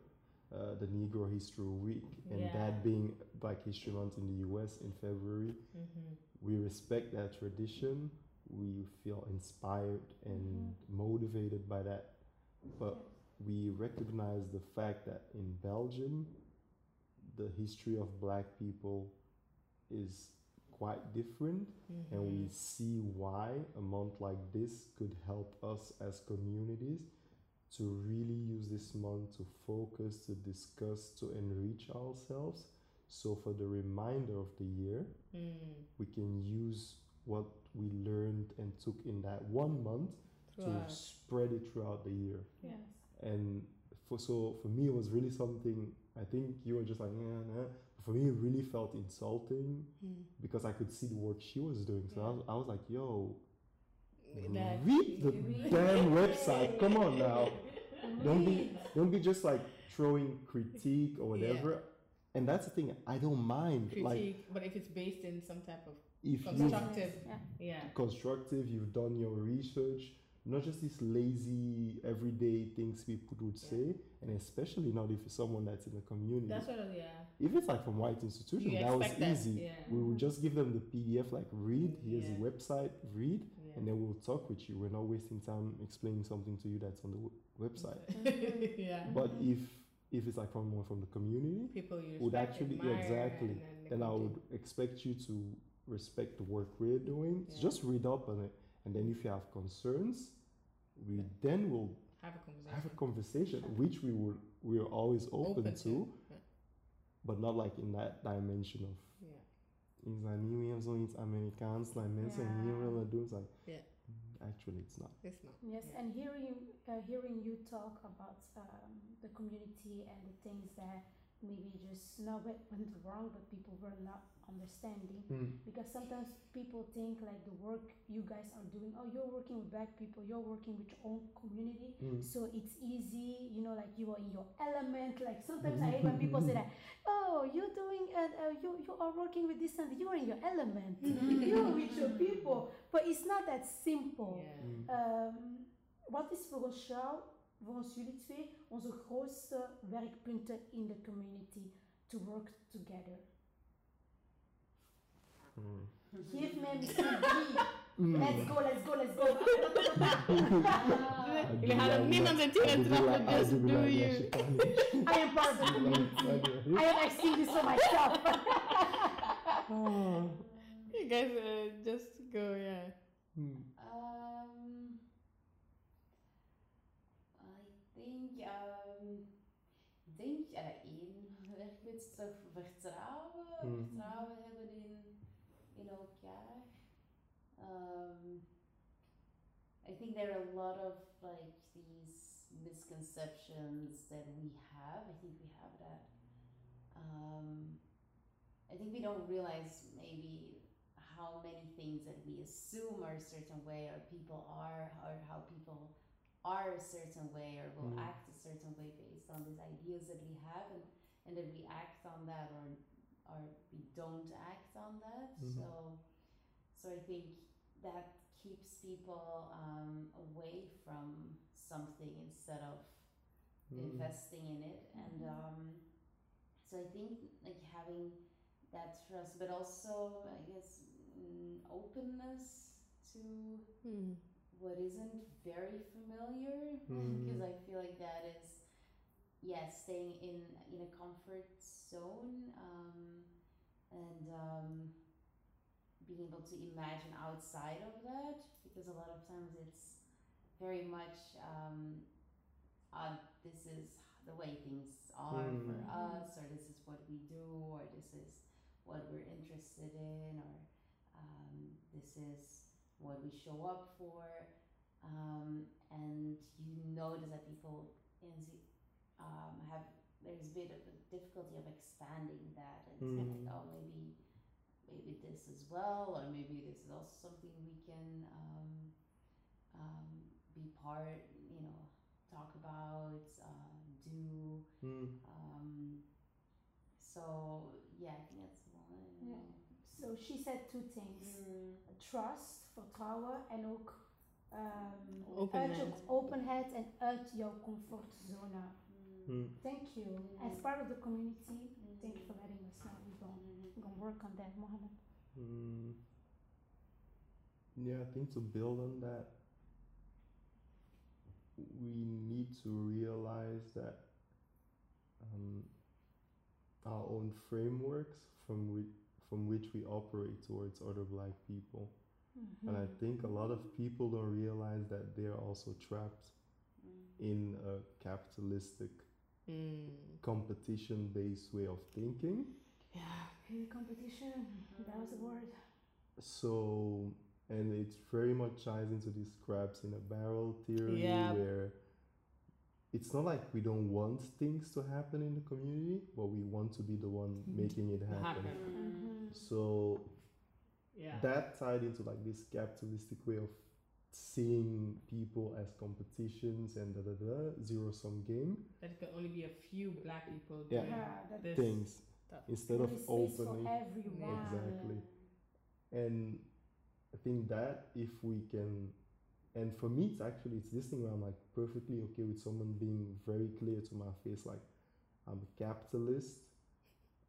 uh, the Negro History Week, and Yeah. that being Black History Month in the US in February. Mm-hmm. We respect that tradition. We feel inspired and motivated by that. But we recognize the fact that in Belgium, the history of black people is quite different Mm-hmm. and Mm. we see why a month like this could help us as communities to really use this month to focus, to discuss, to enrich ourselves. So, for the remainder of the year, Mm. we can use what we learned and took in that one month Throughout. to spread it throughout the year. Yeah. And for, so, for me, it was really something I think you were just like, yeah, nah. For me, it really felt insulting Mm. because I could see the work she was doing. So I, was, I was like, yo, That- read the damn website. Come on now. Don't be Don't be just like throwing critique or whatever. And that's the thing. I don't mind. Like critique, but if it's based in some type of if you Construct- Constructive. Yeah. yeah, constructive, you've done your research, not just these lazy everyday things people would Yeah. say, and especially not if it's someone that's in the community. that's what. I- Yeah, if it's like from white institution, You that was expect that, easy. yeah. We would just give them the PDF, like read. Here's Yeah. a website, read, yeah. and then we'll talk with you. We're not wasting time explaining something to you that's on the w- website. yeah, But if if it's like from more from the community, people you Would respect, actually- admire, exactly. and then, they then I continue. would expect you to respect the work we're doing. So Yeah. just read up on it, and then if you have concerns, we then will have a conversation. have a conversation, which we will we are always open, Open to, to, yeah. but not like in that dimension of yeah. it's like Nigerians or it's Americans, like men saying Yeah. Nigerian and doing like Yeah. "Mm, actually it's not. It's not. Yes, Yeah. and hearing uh, hearing you talk about um, the community and the things that maybe just not went went wrong, but people were not understanding. Mm, Because sometimes people think like the work you guys are doing, oh, you're working with black people, you're working with your own community, Mm. so it's easy, you know, like you are in your element. Like sometimes I hate when people say that, oh, you're doing, uh, uh, you you are working with this and you are in your element, you are with your people. But it's not that simple. Yeah. Mm. Ehm, wat is volgens jou, volgens jullie twee, onze grootste werkpunten uh, in de community to work together? Mm. Geef mij misschien drie. Mm. Let's go, let's go, let's go. I do Jullie hadden like niemand that. in tien I do trappen, like- I dus do like doe that je. shit. I do like I am part of the community. I that. have actually this for myself. Ah. You guys uh, just go, yeah. Mm. Um, I think, um, ik denk eh, één werkpunt toch vertrouwen. Mm. Vertrouwen hebben in, in elkaar. Um, I think there are a lot of like these misconceptions that we have. I think we have that. Um, I think we don't realize maybe how many things that we assume are a certain way or people are or how people are a certain way or will Mm. act a certain way based on these ideas that we have and, and that we act on that or or we don't act on that Mhm. so so i think that keeps people um, away from something instead of Mm-hmm. investing in it and um, so i think like having that trust but also i guess mm, openness to Hmm. what isn't very familiar because Mm. i feel like that is yeah staying in in a comfort zone um, and um, being able to imagine outside of that because a lot of times it's very much um, uh, this is the way things are for Mm. us or this is what we do or this is what we're interested in or um, this is what we show up for um, and you notice that people in the, um, have there's a bit of a difficulty of expanding that and saying like oh maybe maybe this as well or maybe this is also something we can um, um, be part you know talk about uh, do Mm. um, so yeah I think that's one Ja. So she said two things. Trust, vertrouwen en ook ehm, uit Openheid. je openheid en uit jouw comfortzone. Mm. Mm. Thank you. As part of the community, thank you for letting us know. We're going, Mm-hmm. we're going to work on that, Mohammed. Mm. Yeah, I think to build on that, we need to realize that um, our own frameworks from which from which we operate towards other black people, Mm-hmm. and I think a lot of people don't realize that they are also trapped Mm-hmm. in a capitalistic, Mm. competition-based way of thinking. Yeah. Mm, Competition, that was the word. So, and it's very much ties into this crabs in a barrel theory Yeah. where it's not like we don't want things to happen in the community, but we want to be the one making it happen. Happen. So Mm-hmm. Yeah. that tied into like this capitalistic way of seeing people as competitions and da da da zero sum game That can only be a few black people Yeah. that doing this. things instead of there is space opening for everyone. Exactly. and I think that if we can, and for me, it's actually it's this thing where I'm like perfectly okay with someone being very clear to my face, like I'm a capitalist,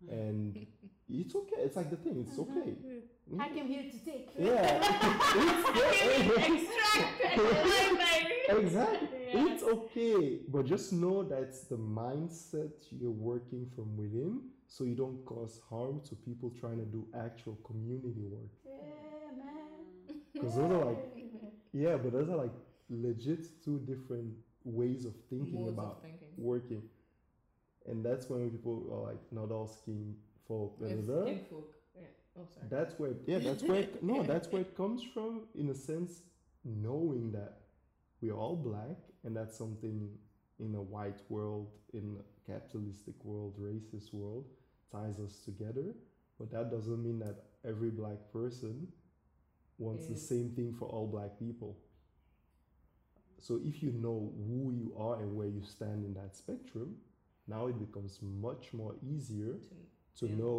and it's okay. It's like the thing. It's Mhm. okay. I came here to take. Yeah. It's- exactly. Yeah. It's okay, but just know that's the mindset you're working from within, so you don't cause harm to people trying to do actual community work. Yeah, Mm-hmm. man. Because those are like Yeah, but those are like legit two different ways of thinking Modes about of thinking. working. And that's when people are like not all skin folk. blah, It's blah, blah. skin folk. Yeah. Oh, sorry. That's where yeah, that's where it- no, that's where it comes from in a sense knowing that we're all black and that's something in a white world, in a capitalistic world, racist world ties us together. But that doesn't mean that every black person wants the Is- same thing for all black people. So if you know who you are and where you stand in that spectrum, now it becomes much more easier to Yeah. know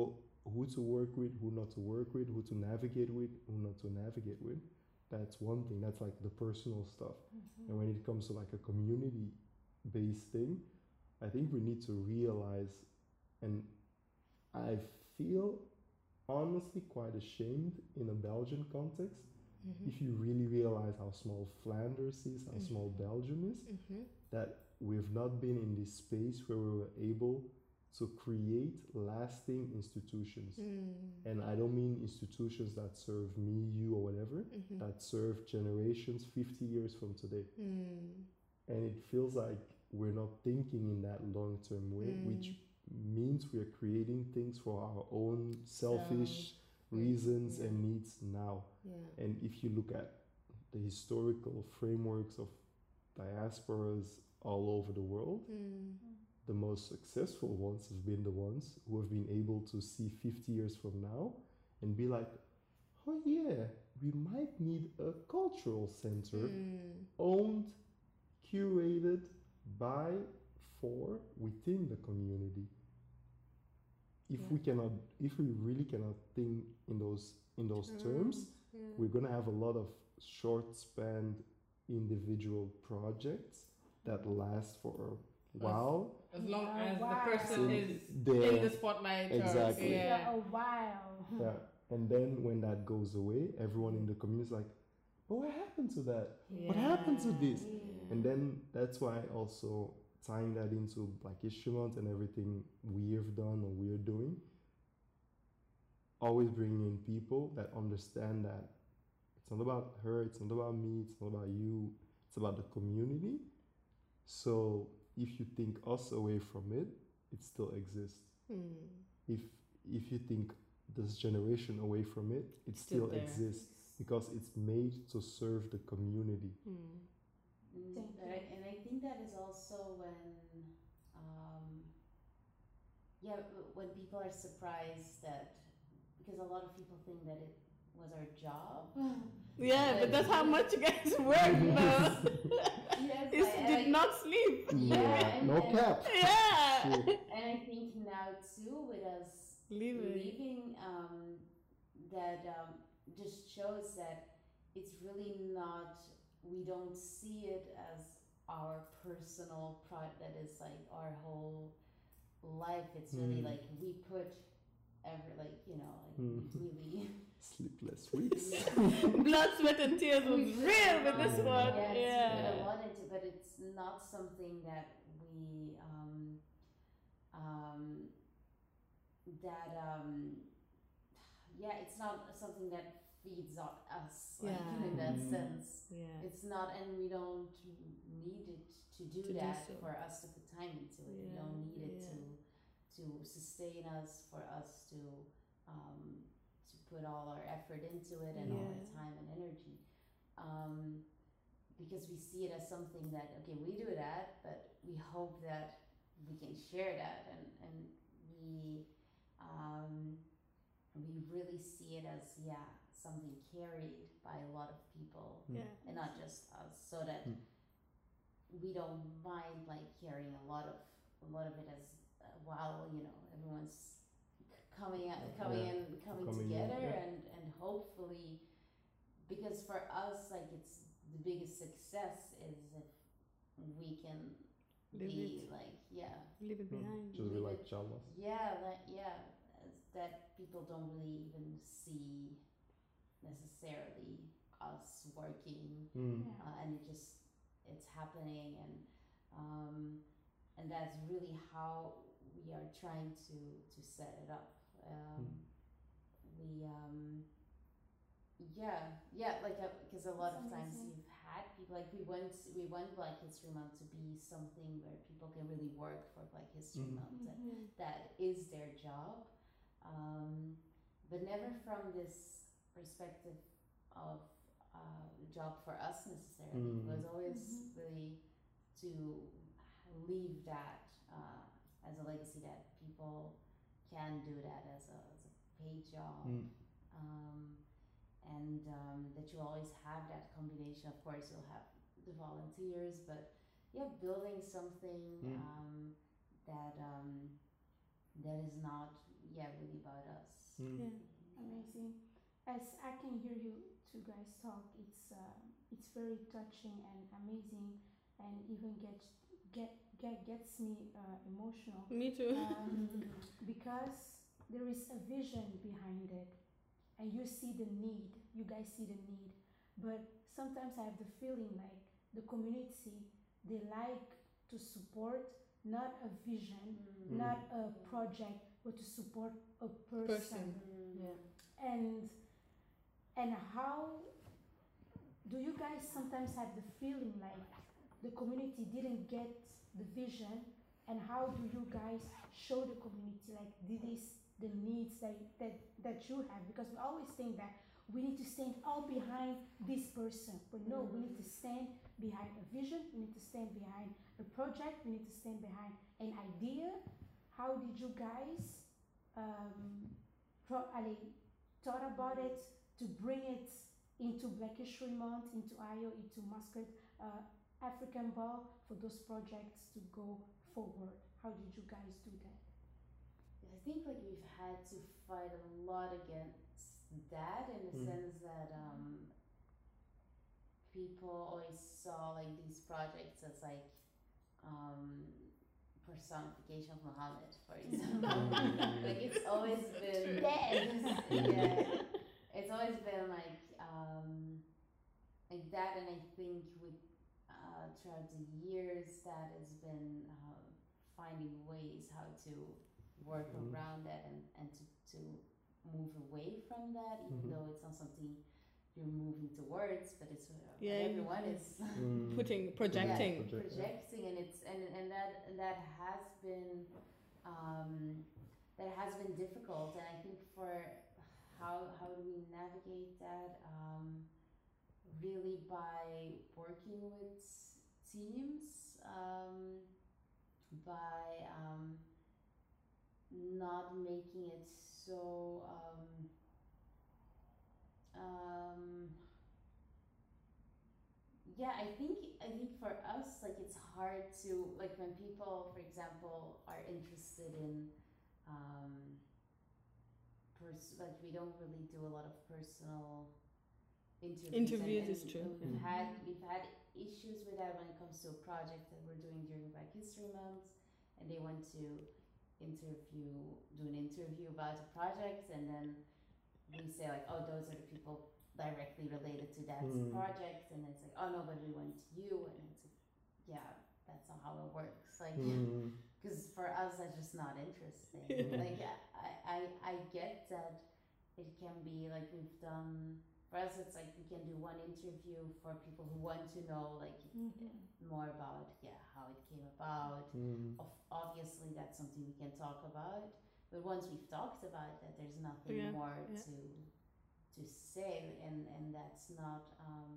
who to work with, who not to work with, who to navigate with, who not to navigate with. That's one thing. That's like the personal stuff. And when it comes to like a community based thing, I think we need to realize, and I feel honestly quite ashamed in a Belgian context Mm-hmm. if you really realize how small Flanders is, how small Belgium is, that we've not been in this space where we were able to create lasting institutions. Mm. And I don't mean institutions that serve me, you, or whatever, Mm. that serve generations 50 years from today. And it feels like we're not thinking in that long term way, Mm. which means we're creating things for our own selfish reasons and needs now. Yeah. And if you look at the historical frameworks of diasporas all over the world, the most successful ones have been the ones who have been able to see 50 years from now and be like, oh yeah, we might need a cultural center Mm. owned, curated by, for, within the community. If we cannot, if we really cannot think in those in those Mm. terms, we're gonna have a lot of short span individual projects that last for a while. As long Yeah, as wow. the person In is there. in the spotlight. Exactly. Or, Yeah, yeah. a while. Yeah. And then when that goes away, everyone in the community is like, but what happened to that? What happened to this? And then that's why also tying that into Blackish Month and everything we've done or we're doing, always bringing in people that understand that it's not about her, it's not about me, it's not about you, it's about the community. So if you think us away from it, it still exists. If if you think this generation away from it, Still it still there. exists because it's made to serve the community. Mm, Thank but I, and I think that is also when, um, yeah, w- when people are surprised that because a lot of people think that it was our job. Yeah, but that's how much you guys work now. yes, This I- did I- not sleep. Yeah, no and- cap. Yeah. Shit. and I think now too with us Leave it. leaving um, that um, just shows that it's really not we don't see it as our personal product that is like our whole life it's really Mm. like we put ever like you know like Mm. we really Sleepless weeks. Blood, sweat, and tears was We- real with this Yeah. one. Yes, we Yeah. put a lot into, but it's not something that we um, um, that um, yeah, it's not something that feeds on us. Like, Yeah. in that Mm. sense, Yeah. it's not, and we don't need it to do To do that so. for us to put time into it. We Yeah, don't need it yeah. to to sustain us for us to um, to put all our effort into it and all our Yeah. time and energy. Um, because we see it as something that okay, we do that, but we hope that we can share that and and we um, we really see it as yeah something carried by a lot of people Mm. Yeah. and not just us, so that Mm. we don't mind like carrying a lot of a lot of it as uh, wow, you know, everyone's c- coming out, coming Yeah. in, coming, Coming in, together, yeah. and and hopefully, because for us, like it's the biggest success is if we can Live be like yeah Leave it Mm. behind. Just be like chalas. yeah, that yeah, as- that people don't really even see necessarily us working, Mm. Yeah. uh, and it just it's happening, and um, and that's really how we are trying to to set it up. Um, We um, yeah, yeah, like because a lot That's of times amazing. you've had people like we want we want Black History Month to be something where people can really work for Black History Mm. Month, and that is their job, um, but never from this perspective of uh, job for us necessarily. Mm. It was always Mhm. really to leave that uh, as a legacy that people can do that as a, as a paid job. Mm. Um, and um, that you always have that combination. Of course, you'll have the volunteers, but yeah, building something Mm. um, that um, that is not yeah really about us. Mm. Mm-hmm. Yeah. Amazing. As I can hear you two guys talk, it's uh, it's very touching and amazing, and even gets get get gets me uh, emotional Me too. um, because there is a vision behind it, and you see the need. You guys see the need, but sometimes I have the feeling like the community they like to support not a vision, Mm. not a project, but to support a person. Person. and and how do you guys sometimes have the feeling like the community didn't get the vision and how do you guys show the community like this is the needs that, that that you have because we always think that we need to stand all behind this person but no we need to stand behind a vision we need to stand behind a project we need to stand behind an idea how did you guys um, pro- ali, thought about it to bring it into Black History Month, into IO, into Muscat uh, African Ball for those projects to go forward. How did you guys do that? I think like we've had to fight a lot against that in the Mm. sense that um, people always saw like these projects as like um, personification of Muhammad, for mm, example. like it's always been Yes. yeah, it's always been like um, like that, and I think with uh, throughout the years that has been uh, finding ways how to work Mhm. around that and, and to, to move away from that, even Mhm. though it's not something you're moving towards, but it's uh, Yeah, what you- everyone is Mm. Putting, Yeah. projecting. Project- projecting and it's and, and that and that has been um, that has been difficult and I think for how how do we navigate that um, really by working with teams um, by um, not making it so um, um, yeah i think i think for us like it's hard to like when people for example are interested in um pers- like we don't really do a lot of personal interviews and- Interviews and is true, we've yeah. had we've had issues with that when it comes to a project that we're doing during black history month and they want to interview do an interview about the project and then we say like oh those are the people directly related to that Mm. project and it's like oh no but we want you and it's like yeah that's not how it works like Mm. because for us that's just not interesting Yeah. like I, I i get that it can be like we've done for us it's like we can do one interview for people who want to know like Mm-hmm. more about yeah how it came about Mm. Ob- obviously that's something we can talk about but once we've talked about that there's nothing Yeah, more yeah. to to say and and that's not um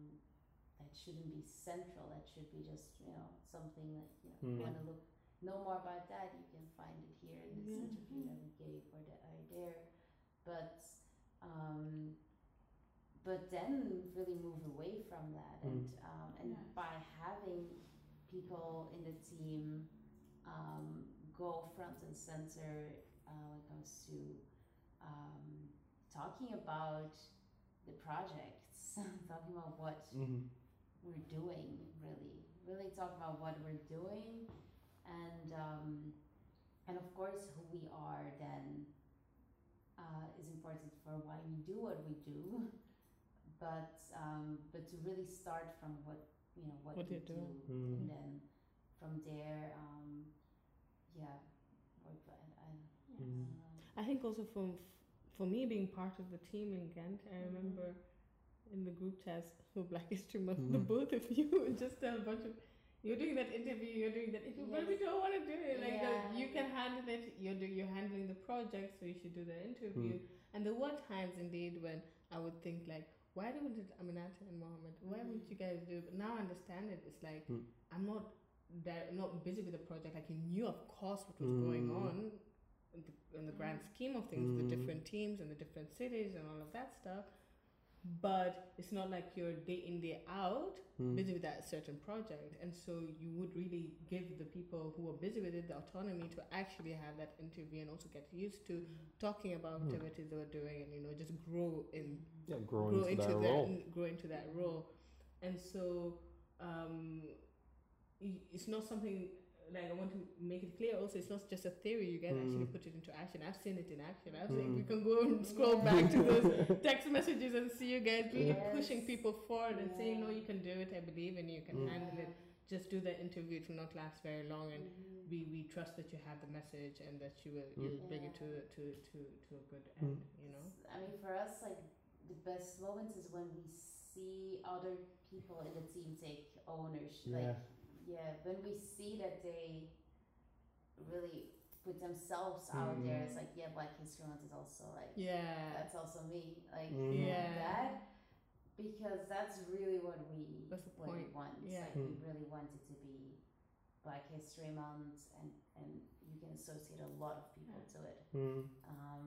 that shouldn't be central that should be just you know something that you know Mm. want to look know more about that you can find it here in this interview that we gave or that are there but um but then really move away from that and um, and Yeah. by having people in the team um, go front and center uh, when it comes to um, talking about the projects talking about what Mm-hmm. we're doing really really talk about what we're doing and um, and of course who we are then uh, is important for why we do what we do but um, but to really start from what you know what, What we you're do doing. mm, Mm-hmm. and then from there um, yeah work uh, I, I, I Mm. don't know. I think also from for me being part of the team in Ghent, I remember in the group chat for Black History Month, the Mhm. both of you would just tell a bunch of you're doing that interview, you're doing that interview, but we don't want to do it. Like Yeah. uh, you can handle it. You're do, you're handling the project, so you should do the interview. Mm. And there were times indeed when I would think like, why don't it, Aminata and Mohammed? Why would you guys do? it? But now I understand it. It's like Mm. I'm not that not busy with the project. Like he knew of course what was going Mm. on in the, in the grand scheme of things, Mm. the different teams and the different cities and all of that stuff. But it's not like you're day in day out Mm. busy with that certain project, and so you would really give the people who are busy with it the autonomy to actually have that interview and also get used to talking about whatever it is they were doing, and you know just grow in Yeah, grow, grow into, that, role. grow into that role and so um, i- it's not something like I want to make it clear also it's not just a theory you guys actually Mm. put it into action I've seen it in action I've seen we can go and scroll back to those text messages and see you guys really pushing Yes. people forward and saying no Yeah. you can do it I believe in you you can Mm. handle it Yeah. just do the interview it will not last very long and Mhm. we, we trust that you have the message and that you will Mm. you will bring it to to to, to a good end you know I mean, for us, like the best moments is when we see other people in the team take ownership. Like, yeah, when we see that they really put themselves out there. It's like, yeah, Black History Month is also like, yeah that's also me. Like Mhm. Yeah. that, because that's really what we That's the what point. we want. Yeah. Like we really want it to be Black History Month, and and you can associate a lot of people to it Mm. um,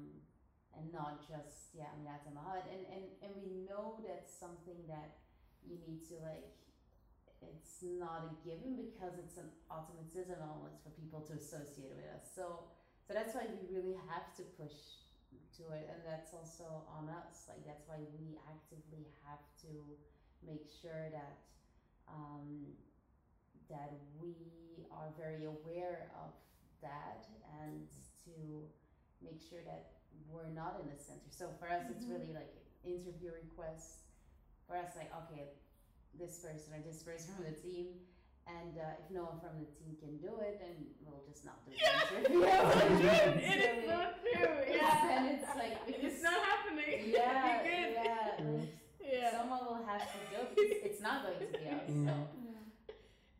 and not just yeah I mean that's Ahmad and, and and we know that's something that you need to like it's not a given because it's an automatism almost for people to associate with us so so that's why we really have to push to it and that's also on us like that's why we actively have to make sure that um, that we are very aware of that and to make sure that we're not in the center. So for us, it's really like interview requests. For us, like okay, this person or this person from the team, and uh, if no one from the team can do it, then we'll just not do the interview. it is not true. Yes, and it's like It's not happening. yeah, You did. yeah. mm. like, Yeah. Someone will have to do it. It's- It's not going to be us. So.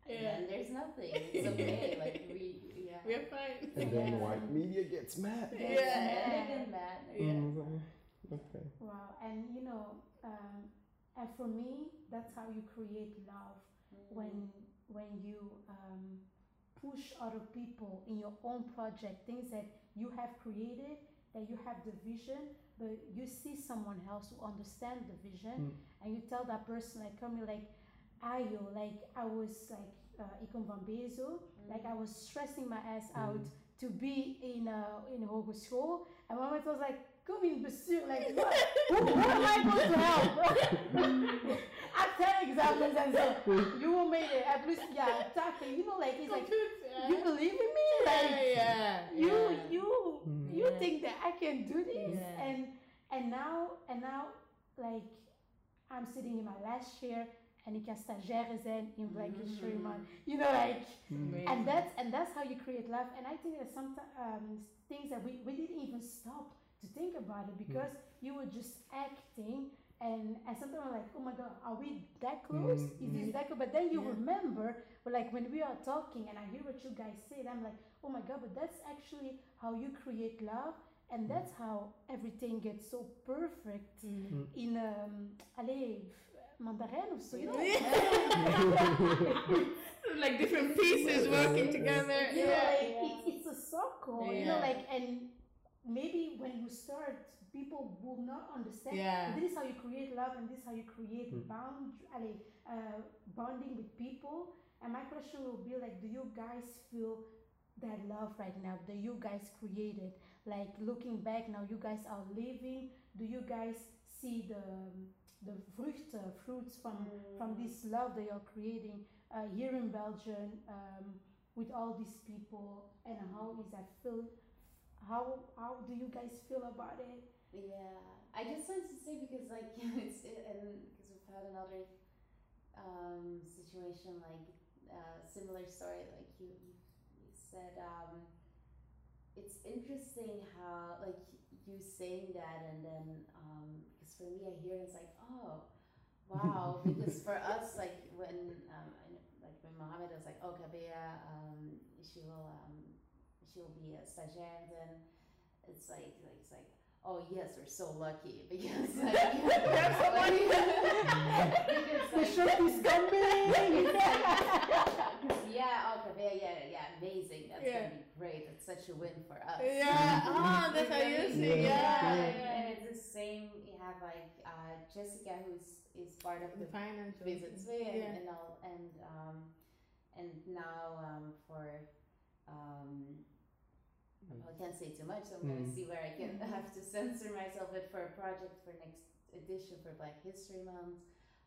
And Yeah. then there's nothing. It's okay. Like we, yeah. We're fine. And then Yeah. white media gets mad. There's Yeah. nothing than that. Yeah. Mm, Okay. Wow, and you know, um, and for me, that's how you create love when when you um, push other people in your own project, things that you have created, that you have the vision, but you see someone else who understands the vision, and you tell that person like, come here, like, Ayo, like I was like uh, Ikon Van Bezel, like I was stressing my ass out to be in uh, in Hogeschool, and my mom was like, come in pursuit, like what? Who, who am I going to help? I tell examples and so you will make it at least yeah exactly you know like it's like you believe in me Yeah, like yeah. you yeah. you Mm. you think that I can do this Yeah. and and now and now like I'm sitting in my last year and ik ga stagiaire zijn in Black Mm-hmm. History Month you know like mm, Amazing. and that's and that's how you create love and i think there's some um, things that we, we didn't even stop to think about Mm. it because you were just acting and, and sometimes I'm like, oh my god, are we that close? Mm, Is this that close? But then you remember, but like when we are talking and I hear what you guys said, I'm like, oh my god, but that's actually how you create love, Mm. and that's how everything gets so perfect Mm. in um, allez, Mandarin or so, you know? like different pieces working together. you know, Yeah. like it's, it's a circle, you know, Yeah. like and maybe when you start, people will not understand. Yeah. This is how you create love, and this is how you create Mm. bound, allez, uh, bonding with people. And my question will be like, do you guys feel that love right now? Do you guys create it? Like looking back now, you guys are living. Do you guys see the um, the vruchten, fruits from from this love that you're creating uh, here in Belgium um, with all these people, and how is that feel? How how do you guys feel about it? Yeah, I just wanted to say because like it's it, and because we've had another um, situation like uh, similar story like you you said um, it's interesting how like you saying that and then um, because for me I hear it's like oh wow because for us like when um, I know, like when Mohammed was like oh Kabea um, she will um, she will be a stagiaire then it's like like it's like oh yes, we're so lucky because like, there's so lucky. The shirt is coming. yeah, oh, Kaveh, yeah, yeah, amazing. That's Yeah. gonna be great. That's such a win for us. Yeah. Ah, that's how you see. it. Yeah. and- yeah. And it's the same. You have like uh, Jessica, who's is part of The the financial. visits me and, Mm-hmm. Yeah. and all and um and now um for um well, I can't say too much, so I'm gonna Mm. see where I can have to censor myself. But for a project for next edition for Black History Month,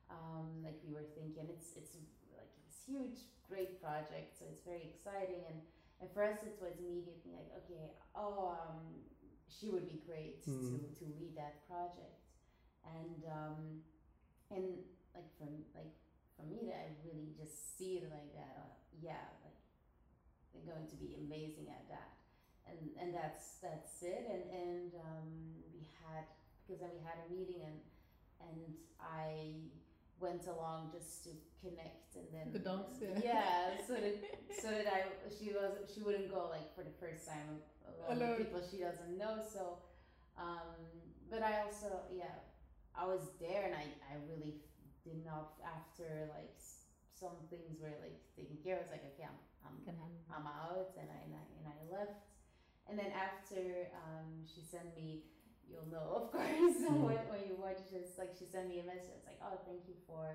um, like we were thinking, it's it's like this huge, great project, so it's very exciting. And and for us, it was immediately like, okay, oh, um, she would be great to Mm. to lead that project, and um, and like for like for me that I really just see it like that. Uh, yeah, like they're going to be amazing at that, and and that's that's it. And and um, we had because then we had a meeting and and I went along just to connect and then The dots, yeah. so that so that I she was she wouldn't go like for the first time alone, Alone. with people she doesn't know. So, um, but I also yeah, I was there and I I really did not after like s- some things were like taken care. of, I was like okay I'm I'm Can have I'm out and I, and I and I left. And then after um, she sent me, you'll know of course Mm-hmm. when, when you watch this. Like she sent me a message. It's like oh thank you for.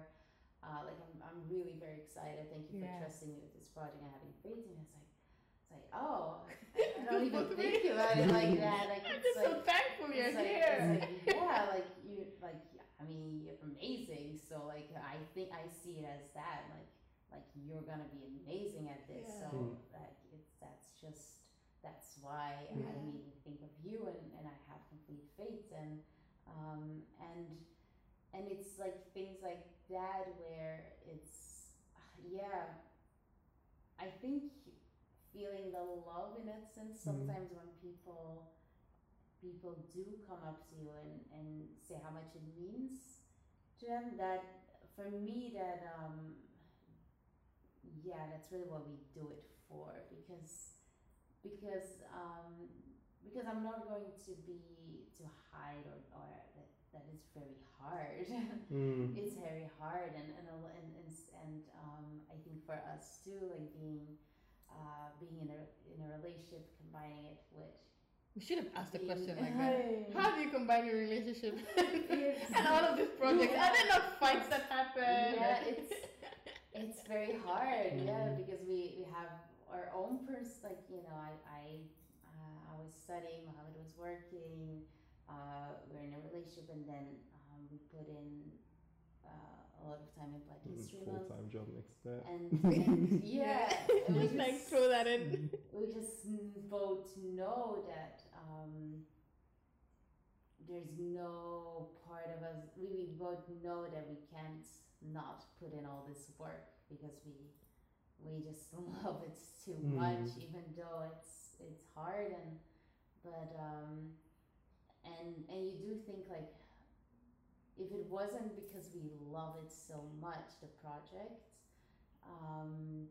Uh, like I'm, I'm really very excited. Thank you for Yeah. trusting me with this project and having faith in me. It's like, it's like oh, I I don't even think about it like that. Like I'm it's just like so thankful you're it's like, here. it's like, yeah, like you, like I mean, you're amazing. So like, I think I see it as that. Like, like you're gonna be amazing at this. Yeah. So Mm. like, it's that's just that's why I Yeah. mean, think of you, and and I have complete faith, and um, and and it's like things like that where it's yeah. I think feeling the love in that sense sometimes when people people do come up to you and, and say how much it means to them that for me that um yeah that's really what we do it for because because um because i'm not going to be to hide or, or that, that is very hard Mm. it's very hard and and a lo- and and, s- and um, I think for us too, like being uh, being in a in a relationship, combining it with We should have asked a being- question like that. How do you combine your relationship Yes. and all of these projects? Are there not fights that happen? yeah, it's it's very hard. Yeah, Mhm. because we we have our own person. Like you know, I I uh, I was studying. Mohammed was working. Uh, we're in a relationship, and then um, we put in uh, a lot of time in Black History Full Month. time job next to that. And, and yeah, it was just like throw that in. we just n- both know that um, there's no part of us we, we both know that we can't not put in all this work because we we just love it too Mm. much even though it's it's hard and but um and and you do think like if it wasn't because we love it so much the project um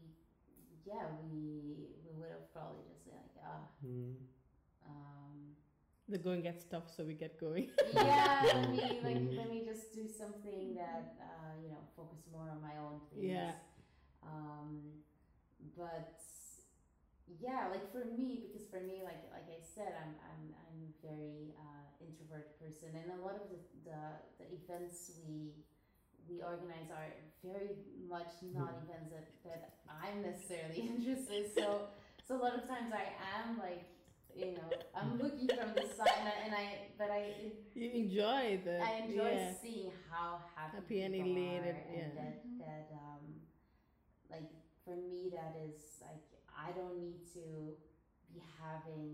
we yeah we we would have probably just been like ah Mm. um The going gets tough, so we get going. yeah let me like let me just do something that uh you know focus more on my own things Yeah. um but Um, yeah like for me because for me like like i said i'm i'm i'm very uh introvert person and a lot of the the, the events we we organize are very much not events that, that i'm necessarily interested so so a lot of times i am like you know i'm looking from the side and I, and I but i it, You enjoy the. I enjoy yeah. seeing how happy, Happy and people elated, are yeah. and that that um, like for me that is like I don't need to be having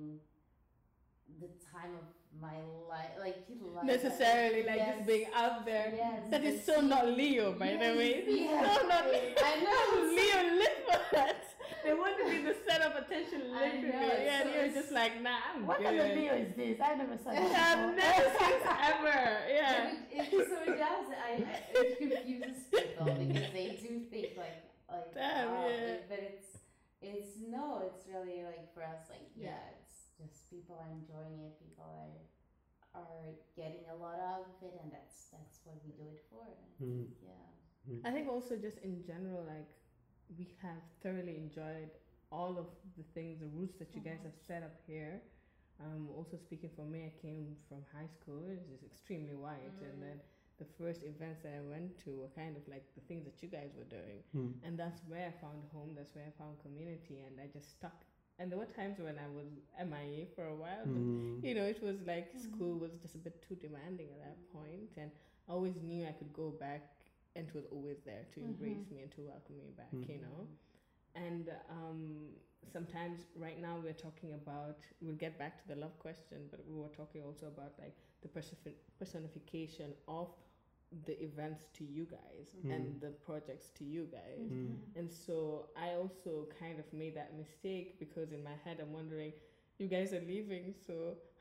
the time of my life, like life necessarily like yes. just being out there. Yes, That is so not Leo, by the way. It's Yes. So not Leo. I know. Leo live for that. They want to be the center of attention I literally. know, it's Yeah, so- Leo's just like, nah, I'm What good. kind of Leo is this? I never saw I've that. never seen this ever. Yeah. But It, it, so it does. I, I it confuses people because they do think like like Damn, wow, yeah. but it's it's no, it's really like for us like yeah, Yeah. it's just people are enjoying it, people are are getting a lot out of it, and that's that's what we do it for. Mm. Yeah. I think also just in general, like we have thoroughly enjoyed all of the things, the roots that you guys Uh-huh. have set up here. Um, also speaking for me, I came from high school, it is extremely white, Mm. and then the first events that I went to were kind of like the things that you guys were doing, Mm. and that's where I found home. That's where I found community, and I just stuck. And there were times when I was MIA for a while, but Mm. you know, it was like Mm-hmm. school was just a bit too demanding at that point, and I always knew I could go back, and it was always there to embrace me and to welcome me back, you know. And um, sometimes, right now, we're talking about we'll get back to the love question, but we were talking also about like the persifi- personification of the events to you guys and the projects to you guys. Mm-hmm. And so I also kind of made that mistake because in my head I'm wondering, you guys are leaving, so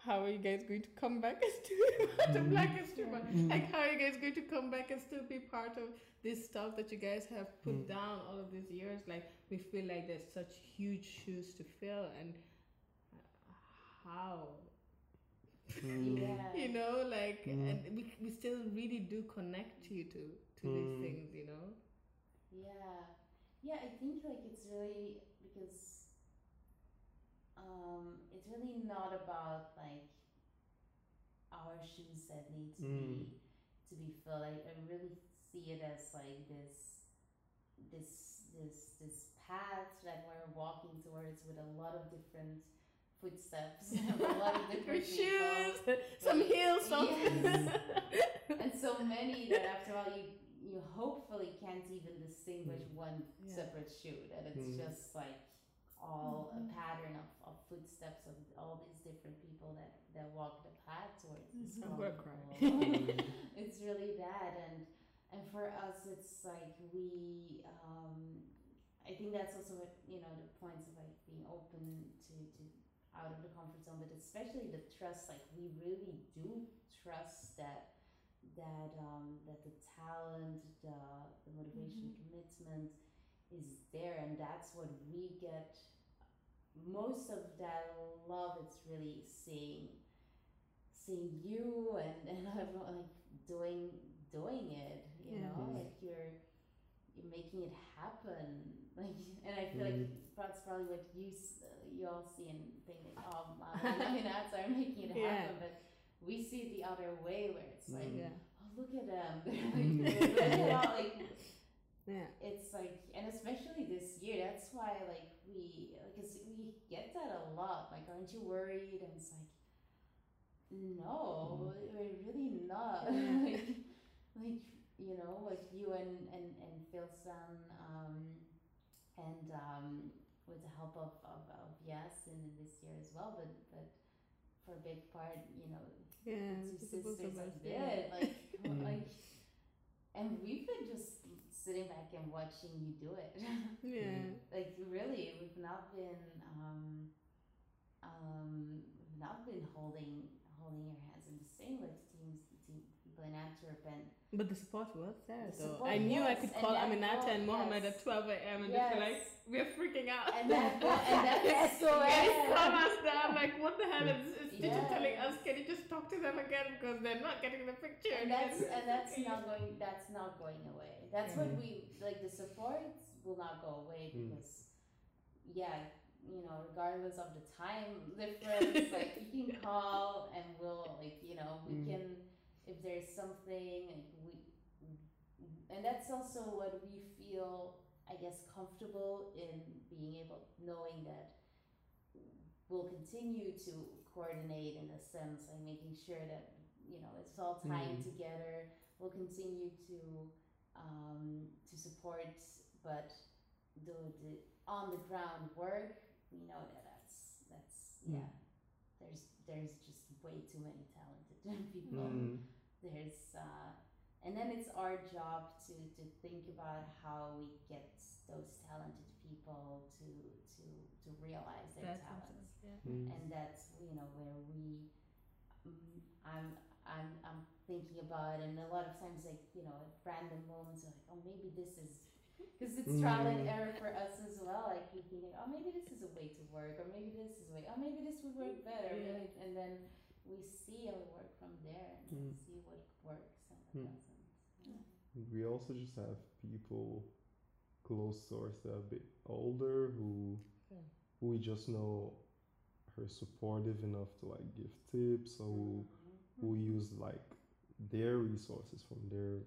how are you guys going to come back and still to Black History Month? Like how are you guys going to come back and still be part of this stuff that you guys have put down all of these years? Like we feel like there's such huge shoes to fill and uh, how Yeah. you know like and we, we still really do connect you to to these things you know Yeah. Yeah, I think like it's really because um it's really not about like our shoes that need to be to be filled. I, I really see it as like this this this this path that we're walking towards with a lot of different footsteps a lot of different people. shoes some heels some Yes. and so many that after all you you hopefully can't even distinguish one Yeah. separate shoe that it's Mm. just like all a pattern of, of footsteps of all these different people that that walk the path towards this I'm gonna common goal. it's really that and and for us it's like we um i think that's also what you know the points of like being open to to out of the comfort zone but especially the trust like we really do trust that that um that the talent the the motivation commitment is there and that's what we get most of that love it's really seeing seeing you and and everyone like doing doing it you know like you're you're making it happen like and i feel like that's probably what you s- you all see and think like oh mom i mean that's are making it Yeah. happen Mm. but we see it the other way where it's like yeah oh look at them they're like, look at all, like yeah it's like and especially this year that's why like we because we get that a lot like aren't you worried and it's like no we're really not like like you know like you and and and Philson, um and um with the help of of, of yes and then this year as well but but for a big part you know yeah two it's supposed to sisters be- like did like like and we've been just sitting back and watching you do it yeah like really we've not been um um we've not been holding holding your hands and the same with teams team people in Antwerp and But the support was there, The though. support I knew I was, could and call that Aminata call- and Mohammed yes. at 12 a.m. and just be like, yes we're freaking out. and that and that's so Guys, calm us down. Like, what the hell is, is Stitcher Yeah. telling us? Can you just talk to them again? Because they're not getting the picture. and that's Mm-hmm. and that's not going that's not going away Mm. that's what we like the support will not go away because yeah you know, regardless of the time difference, like you can call and we'll like, you know, we Mm. can if there's something like we and that's also what we feel I guess comfortable in being able knowing that we'll continue to coordinate in a sense and making sure that you know it's all tied Mhm. together. We'll continue to um, to support, but the, the on the ground work, we know that that's that's Mm. yeah. There's there's just way too many talented people. Mm. There's uh, and then it's our job to, to think about how we get those talented people to to to realize their talents Mm. and that's you know where we um, I'm, I'm I'm thinking about and a lot of times like you know at random moments like oh maybe this is because it's trial and Mm. error for us as well like we think oh maybe this is a way to work or maybe this is a way oh maybe this would work better Yeah. and then we see and we work from there and Mm. see what works and Mm. what doesn't We also just have people close to us that are a bit older who Yeah. who we just know are supportive enough to like give tips or Mm-hmm. who, Mm, who use like their resources from their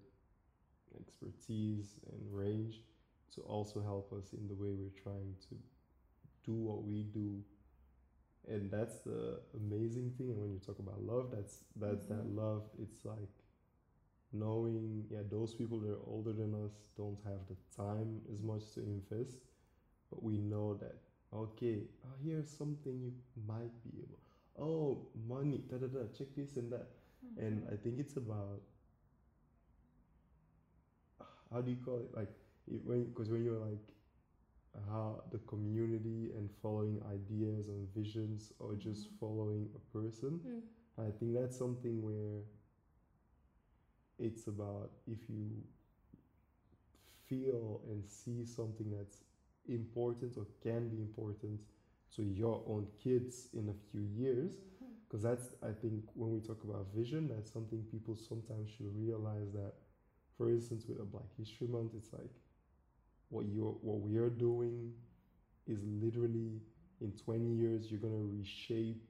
expertise and range to also help us in the way we're trying to do what we do and that's the amazing thing and when you talk about love that's that's that love it's like knowing yeah those people that are older than us don't have the time as much to invest but we know that okay oh, here's something you might be able oh money da da da check this and that and Mm-hmm. i think it's about how do you call it like it, when because when you're like how the community and following ideas and visions or just following a person Mm. i think that's something where it's about if you feel and see something that's important or can be important to your own kids in a few years because that's i think when we talk about vision that's something people sometimes should realize that for instance with a black history month it's like what you're what we are doing is literally in 20 years you're going to reshape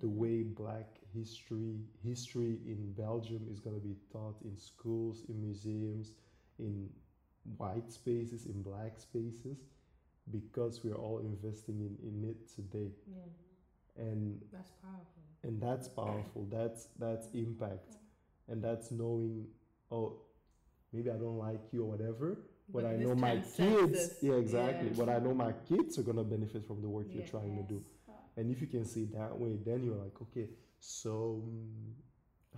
the way black history history in belgium is going to be taught in schools in museums in white spaces in black spaces because we're all investing in, in it today Yeah, and that's powerful. and that's powerful that's that's impact and that's knowing oh maybe i don't like you or whatever but, i this know my transcends kids us. yeah exactly Yeah. but i know my kids are going to benefit from the work you're Yeah. trying to do Yes. and if you can see it that way then you're like okay so mm,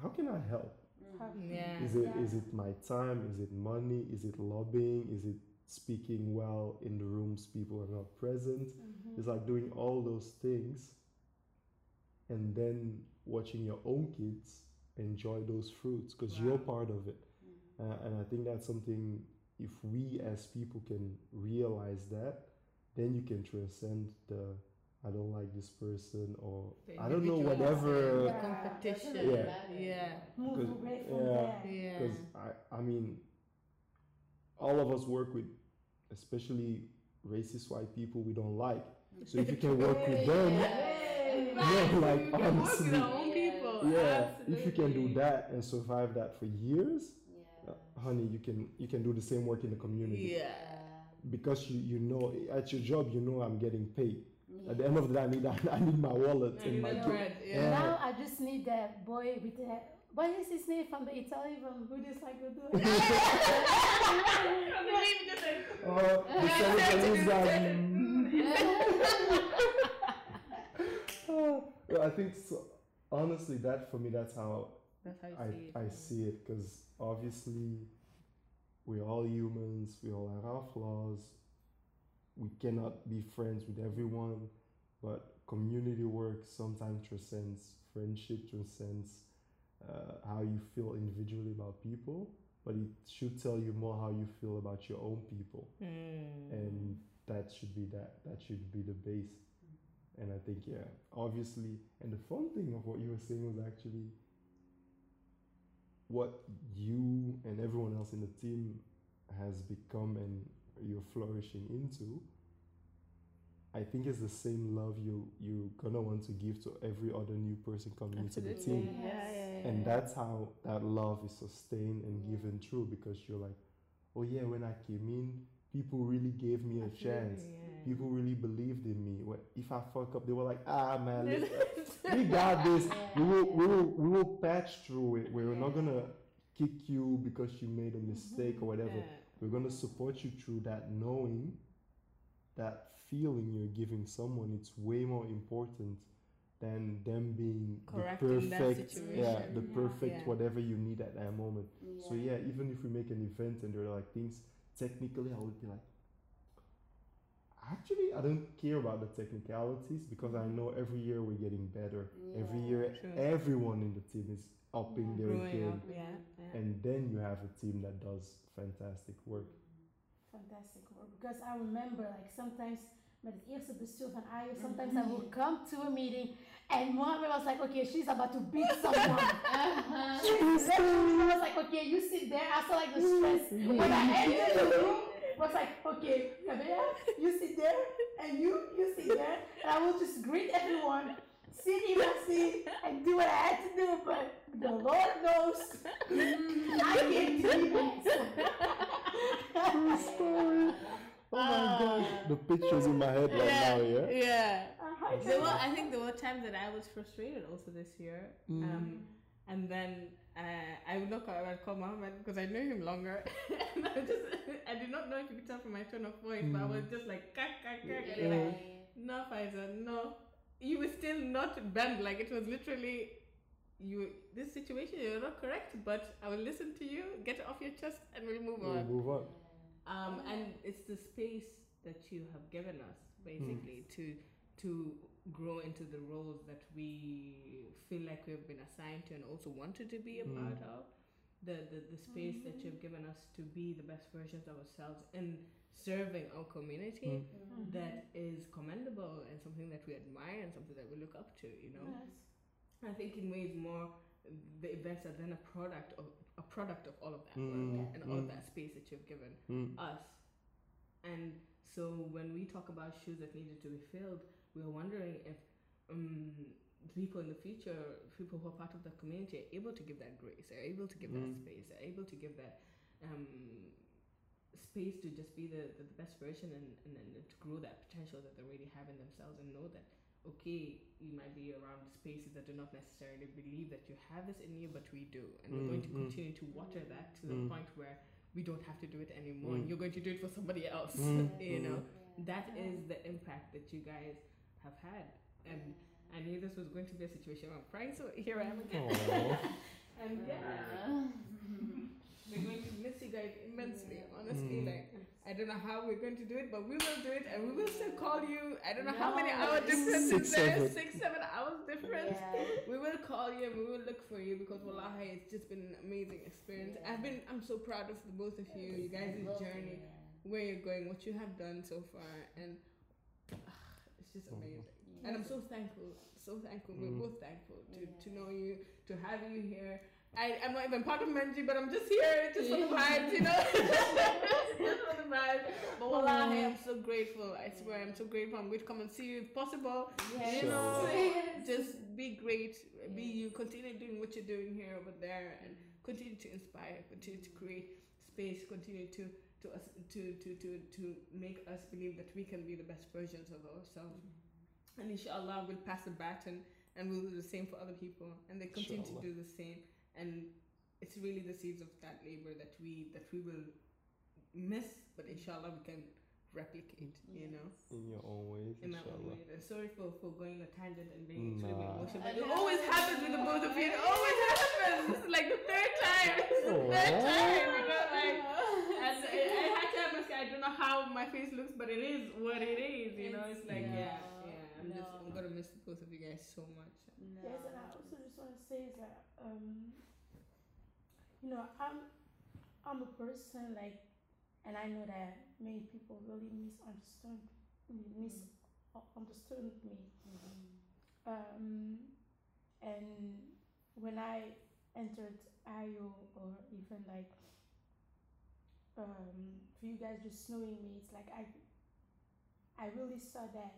how can i help How- mm. Yeah. is it is Yeah. it my time is it money is it lobbying is it speaking well in the rooms people are not present Mhm. it's like doing all those things and then watching your own kids enjoy those fruits because you're part of it. Uh, and I think that's something, if we as people can realize that, then you can transcend the I don't like this person or The I don't know individual whatever. aspect, Yeah. The competition. Yeah. Yeah. Move Because- away from yeah. there. Yeah. Because I, I mean, all of us work with, especially racist white people we don't like. So if you can work with them, Right, so like, you can work honestly. with our own Yeah. people. yeah if you can absolutely. do that and survive that for years uh, Yeah. honey you can you can do the same work in the community Yeah. because you you know at your job you know i'm getting paid Yeah. at the end of the day i need i need my wallet and my Yeah. kid. Yeah. Now I just need that boy with the what is his name from the Italian from Buddhist like you do. I believe this is- oh the Senegalese guy, mm. Oh, i think so, honestly that for me that's how That's how you see it. I, I see it because obviously we're all humans, we all have our flaws. We cannot be friends with everyone, but community work sometimes transcends friendship, transcends uh, how you feel individually about people, but it should tell you more how you feel about your own people Mm. and that should be that that should be the base and i think yeah obviously and the fun thing of what you were saying was actually what you and everyone else in the team has become and you're flourishing into i I think it's the same love you you gonna want to give to every other new person coming into the team. Yeah, yeah, yeah, And yeah. that's how that love is sustained and Yeah. given through because you're like, oh yeah, when I came in, people really gave me a chance. Absolutely, People really believed in me. Wh- If I fuck up, they were like, ah man, yeah. let's- we got this. We will, we will, we will patch through it. We're not Yeah. gonna kick you because you made a mistake or whatever. Mm-hmm. Yeah. We're gonna support you through that knowing that feeling you're giving someone it's way more important than them being Correcting the that perfect yeah situation. the Yeah. perfect Yeah. whatever you need at that moment Yeah. so yeah even if we make an event and there are like things technically i would be like actually i don't care about the technicalities because i know every year we're getting better every Yeah. year True. everyone in the team is upping their Growing game up, yeah. yeah. and then you have a team that does fantastic work Fantastic work. Because I remember, like, sometimes met het eerste bestuur van AIO, sometimes I would come to a meeting and Mohammed was like, okay, she's about to beat someone. she's literally was like, okay, you sit there. I saw like the stress. When I entered the room, it was like, okay, Kabea, you sit there and you, you sit there. And I would just greet everyone, sit in my seat and do what I had to do. But the Lord knows, I can't do True that. story. Oh my gosh, the pictures in my head right Yeah. now, yeah. yeah. Uh-huh. There were, I think there were times that I was frustrated also this year. Um, and then uh, I would look at I'd call Mohammed because I knew him longer. and I just, I did not know if you could tell from my tone of voice, but I was just like, kak, kak, kak. And they're like, no, Faiza, no. You were still not bent. Like it was literally, you, this situation, you're not correct, but I will listen to you, get it off your chest, and we'll move We'll on. move on. Um, and it's the space that you have given us basically Mm. to to grow into the roles that we feel like we've been assigned to and also wanted to be a Mm. part of. The, the, the space that you've given us to be the best versions of ourselves in serving our Mm. community that is commendable and something that we admire and something that we look up to, you know. I think in ways more the events are then a product of a product of all of that work Mm, and all mm. of that space that you've given Mm. us. And so when we talk about shoes that needed to be filled, we are wondering if um, people in the future, people who are part of the community, are able to give that grace, are able to give that Mm. space, are able to give that um, space to just be the, the, the best version and, and, and to grow that potential that they already have in themselves and know that okay, you might be around spaces that do not necessarily believe that you have this in you, but we do. And we're going to Mm, mm. continue to water that to Mm. the point where we don't have to do it anymore. Mm. And you're going to do it for somebody else. Mm, you mm. know, that is the impact that you guys have had. And I knew this was going to be a situation where I'm crying, so here I am again. Aw. And yeah, we're going to miss you guys immensely. Honestly, Mm. like I don't know how we're going to do it, but we will do it, and we will still call you. I don't know how many Yeah. hour difference Six, is there, seven. six, seven hours difference. We will call you and we will look for you because wallahi, it's just been an amazing experience. Yeah. I've been, I'm so proud of the both of you, you guys' journey, where you're going, what you have done so far, and ah, it's just amazing. And I'm so thankful, so thankful. Mm. We're both thankful to, to Yeah. know you, to have you here. I, I'm not even part of Menji, but I'm just here just for the vibes, you know? just for the vibes. But wallahi, I'm so grateful. I swear, I'm so grateful. I'm going to come and see you if possible. Yes. You know, Yes. just be great. Be you. Continue doing what you're doing here over there, and continue to inspire. Continue to create space. Continue to to us to to to to make us believe that we can be the best versions of ourselves. And inshallah, we'll pass the baton, and we'll do the same for other people, and they continue Inshallah. to do the same. And it's really the seeds of that labor that we that we will miss, but inshallah, we can replicate. You know In your own ways, in my own inshallah. way. And sorry for, for going a tangent and being extremely Nah. emotional, but it always happens with the both of you. It always happens. This is like the third time. This is the third time. You know, like, and I, I had to have a sky. I don't know how my face looks, but it is what it is. You know, it's like yeah, yeah. I'm just I'm gonna miss the both of you guys so much. Yes, and I also just want to say is that um, you know I'm I'm a person like, and I know that many people really misunderstand misunderstood uh, me. 嗯 Um, and when I entered IO or even like um, for you guys just knowing me, it's like I I really saw that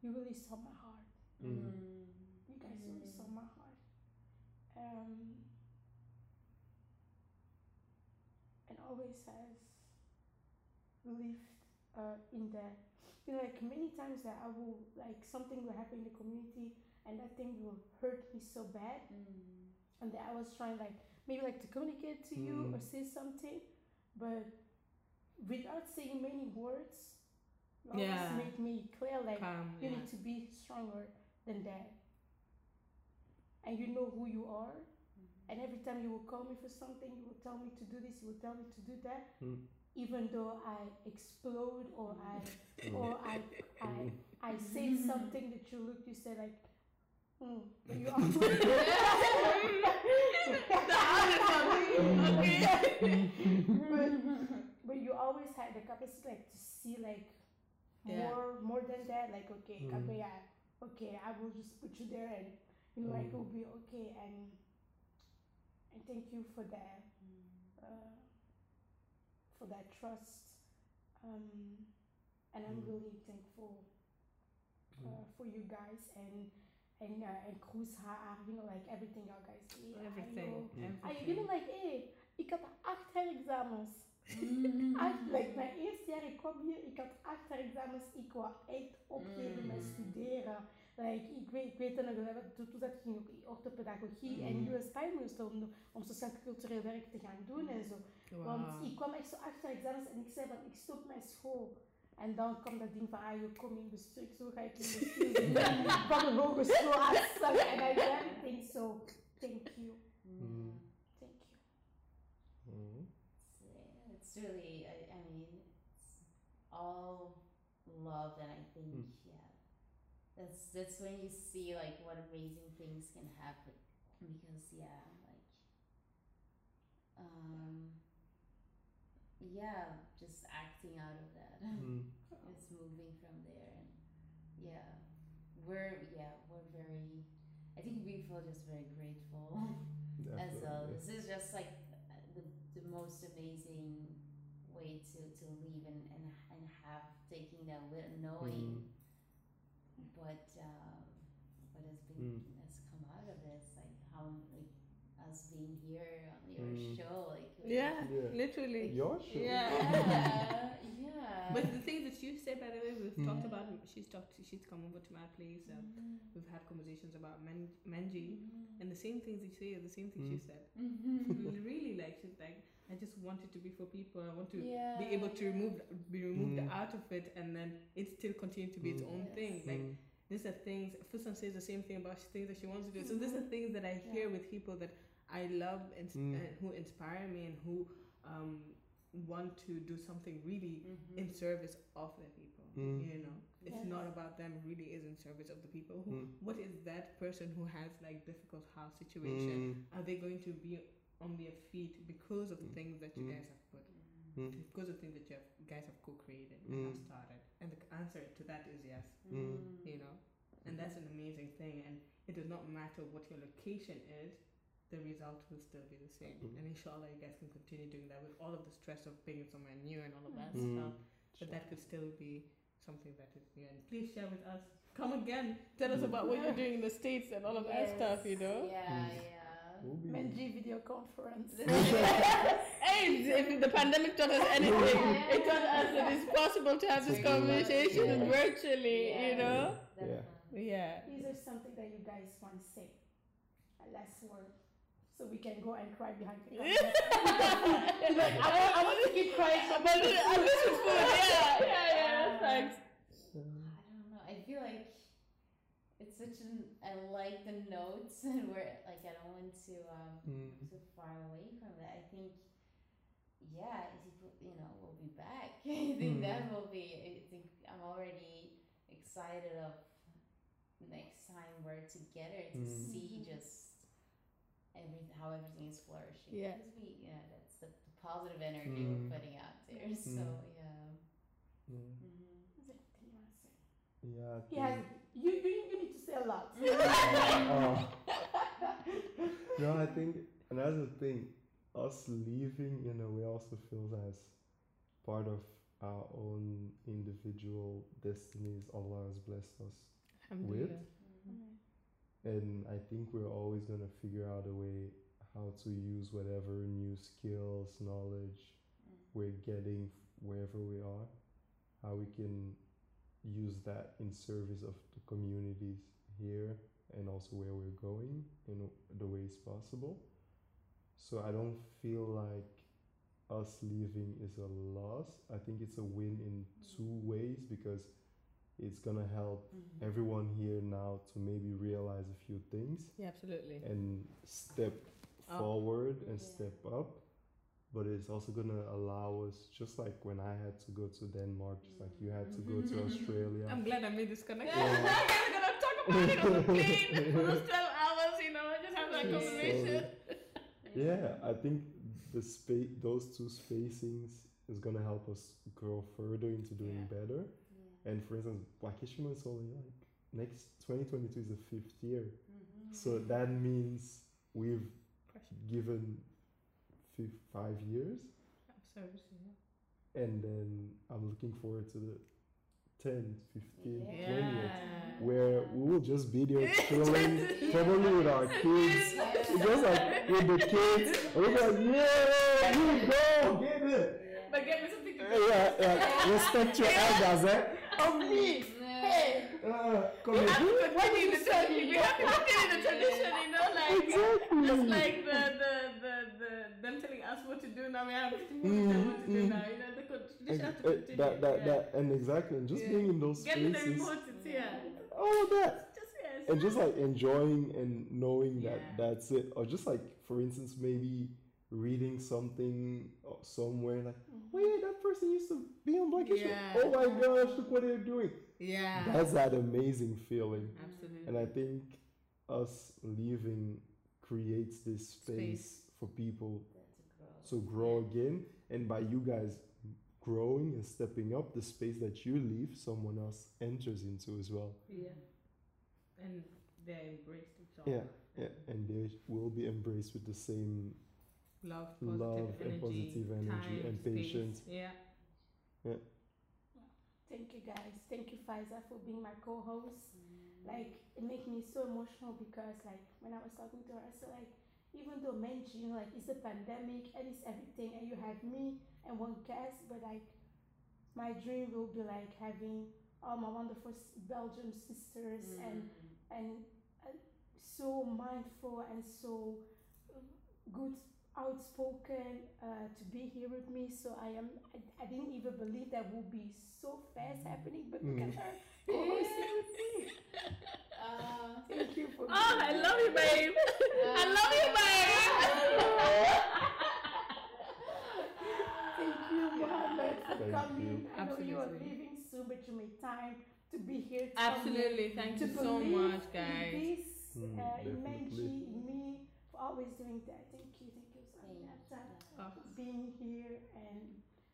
you really saw my heart. Mm. 嗯 You guys Mm-hmm. really saw my heart. Um, and always has lived uh, in there. You know, like many times that I will, like something will happen in the community and that thing will hurt me so bad. Mm. And that I was trying like, maybe like to communicate to you Mm. or say something, but without saying many words, you always Yeah. make me clear like, Calm, you yeah. need to be stronger than that. And you know who you are. And every time you will call me for something, you will tell me to do this, you will tell me to do that. Mm. Even though I explode or I Mm. or I I, I say something that you look, you say like, mm, but you always but, but you always had the capacity like to see like Yeah. more more than that. Like okay, Mm. Kato, yeah, okay, I will just put you there and you know like Mm. it will be okay and and thank you for that uh, for that trust. Um, and I'm Mm. really thankful Mm. Hmm. uh, for you guys and and uh, and Cruz, Ha, you know, like everything y'all guys did. I know. Everything. Ah, je everything. bent like, hé, ik had acht herexamens. Mm. Acht, like, mijn eerste jaar ik kwam hier, ik had acht herexamens. Ik wou echt opgeven met Mm. studeren. Like, ik, weet, ik weet dat nog, wel, toen, toen zat ik ging ook in orthopedagogie Mm. en US Pijnmoest om, om sociaal-cultureel werk te gaan doen en zo. Want ik kwam echt zo achter examens en ik zei van, ik stop mijn school. En dan kwam dat ding van, ah, je komt in bestuur, Ik zo ga ik in bestuur doen. van een hogeschool aanstaan. En I really think so. Thank you. Mm. Thank you. Mm. It's really, I, I mean, it's all love, and I think, Mm. yeah, that's that's when you see like what amazing things can happen. Because yeah, like, um, yeah, just acting out of that, Mm. it's moving from there, and yeah, we're yeah we're very, I think we feel just very grateful as well. Definitely. This is just like the, the most amazing way to, to leave and, and, and have taking that wi- knowing Mm. Mm-hmm. what um, what has been Mm. has come out of this like how like us being here on your Mm. show like we- Yeah, Yeah. literally. Your show. yeah yeah But the things that you said, by the way, we've talked about. She's talked. She's come over to my place. Um, Hmm. We've had conversations about man, Manji, and the same things you say are the same things you said. Hmm. really, like she's like, I just want it to be for people. I want to yeah be able to remove, be removed Mm. out of it, and then it still continue to be its Mm. own thing. Like Mm. these are things. Fusan says the same thing about things that she wants to do. So these are things that I hear with people that I love and, Mm. and who inspire me and who um, want to do something really Mm. Mm-hmm. in service of the people. Mm. You know, it's Yes. not about them. It really, is in service of the people. Who? Mm. What is that person who has like difficult house situation? Are they going to be on their feet because of the Mm. things that you Mm. guys have put? Mm. Because of things that you have, guys have co-created and have Mm. started, and the answer to that is yes Mm. Mm-hmm. you know and that's an amazing thing and it does not matter what your location is the result will still be the same Mhm. and inshallah you guys can continue doing that with all of the stress of being somewhere new and all of that Mm. stuff but that could still be something that is new and please share with us come again tell us about what you're doing in the states and all of that stuff you know yeah Mm. yeah We'll be- Menji video conference. hey if the pandemic taught us anything it taught us that it's possible to have this Really? conversation Yeah. virtually you Yeah. know That's Yeah. fun. yeah Is there something that you guys want to say? A last word. So we can go and cry behind the camera. Like, I, want- I want to keep crying. But I miss his food. Yeah, yeah, yeah. Thanks. I don't know. I feel like it's such an. I like the notes, and we're like I don't want to um Mm. so far away from that. I think, yeah, I think we'll- you know we'll be back. I think Mm. that will be. I think I'm already excited of next time we're together to Mm. see just every how everything is flourishing. Yeah. because we yeah that's the, the positive energy we're Mm. putting out there. So yeah. Mm. Mhm. Is there anything you want to say? Yeah. I think- Yeah, you, you, you need to say a lot. Oh. no, I think, and that's the thing, us leaving in a way also feels as part of our own individual destinies Allah has blessed us with. Alhamdulillah. Mm-hmm. And I think we're always going to figure out a way how to use whatever new skills, knowledge we're getting f- wherever we are, how we can use that in service of the communities here and also where we're going in the ways possible. So I don't feel like us leaving is a loss. I think it's a win in two ways because it's going to help everyone here now to maybe realize a few things Yeah, absolutely. and step Up. forward and Yeah. step up. But it's also gonna allow us, just like when I had to go to Denmark, just like you had to go to Australia. Mm-hmm. I'm glad I made this connection. Yeah. I'm gonna talk about it on the plane for those 12 hours, you know, just have that Yeah. conversation. Yeah, I think the space, those two spacings, is gonna help us grow further into doing better. And for instance, Wakishima is only like next 2022 is the fifth year, Mm-hmm. so that means we've given fif five years. and then I'm looking forward to the 10th, 15th, 20th, where we will just be there chilling, probably with our kids. It's just like with the kids, and we'll be like, yeah, here we go, get it. Mm-hmm. But get me something to Uh, Yeah, yeah, respect your elders, eh? Of me! Hey! Uh, come here. continue the tradition. We have to continue the tradition, you know, like just Exactly. like the, the, the, the them telling us what to do now. We have to tell them what to do Mm, now. You know, the co- Ex- tradition has to uh, continue. that, that, yeah. that, and exactly, and just Yeah. being in those Get me the spaces, remote. It's here. all of that. Just yes. and just like enjoying and knowing that Yeah. that's it or just like for instance maybe reading something or somewhere like oh yeah that person used to be on blanket Mm-hmm. Yeah. oh my gosh look what they're doing Yeah. that's that amazing feeling Absolutely. and i think us leaving creates this space, Space. for people to grow again and by you guys growing and stepping up the space that you leave someone else enters into as well Yeah. And they embraced each other. Yeah, yeah, and they will be embraced with the same Love, positive love energy, and positive energy time, and space. patience. Yeah. Thank you guys. Thank you, Faiza, for being my co-host. Like it made me so emotional because like when I was talking to her, so like even though mention like it's a pandemic and it's everything and you have me and one guest, but like my dream will be like having all my wonderful s- Belgium sisters Mm. and and uh, so mindful and so uh, good outspoken uh, to be here with me so i am I, I didn't even believe that would be so fast happening but oh, look Mm. at her co-hosting with me. Uh, thank you for Oh, I love you, babe. I love you, babe. thank you Mohammed, for Thank coming i know you are Absolutely. leaving soon but you made time to be here to come here. Absolutely. Thank to you so believe much, in guys. This, Mm, uh, in definitely. Menji, in me, for always doing that. Thank you, thank you, Aminata, Oh, for being here and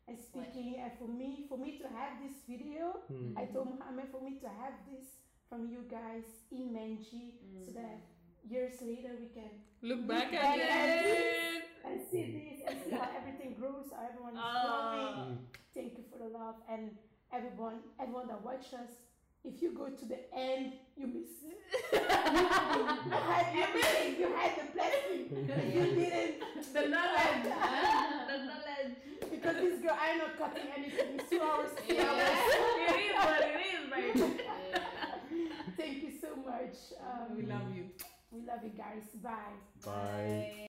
and speaking. And for me, for me to have this video, Hmm. I told Mohammed for me to have this from you guys in Menji, so that years later we can Look back back at at it. and see this and see how everything grows, how everyone is growing. Oh, Thank you for the love and everyone, everyone that watches. If you go to the end, you miss it. you had everything. You had the blessing. You didn't the knowledge. the knowledge. because this girl, I'm not cutting anything. It's two hours. Three hours. it is what it is, babe. Thank you so much. Uh, We Um, love you. we love you guys. Bye. Bye.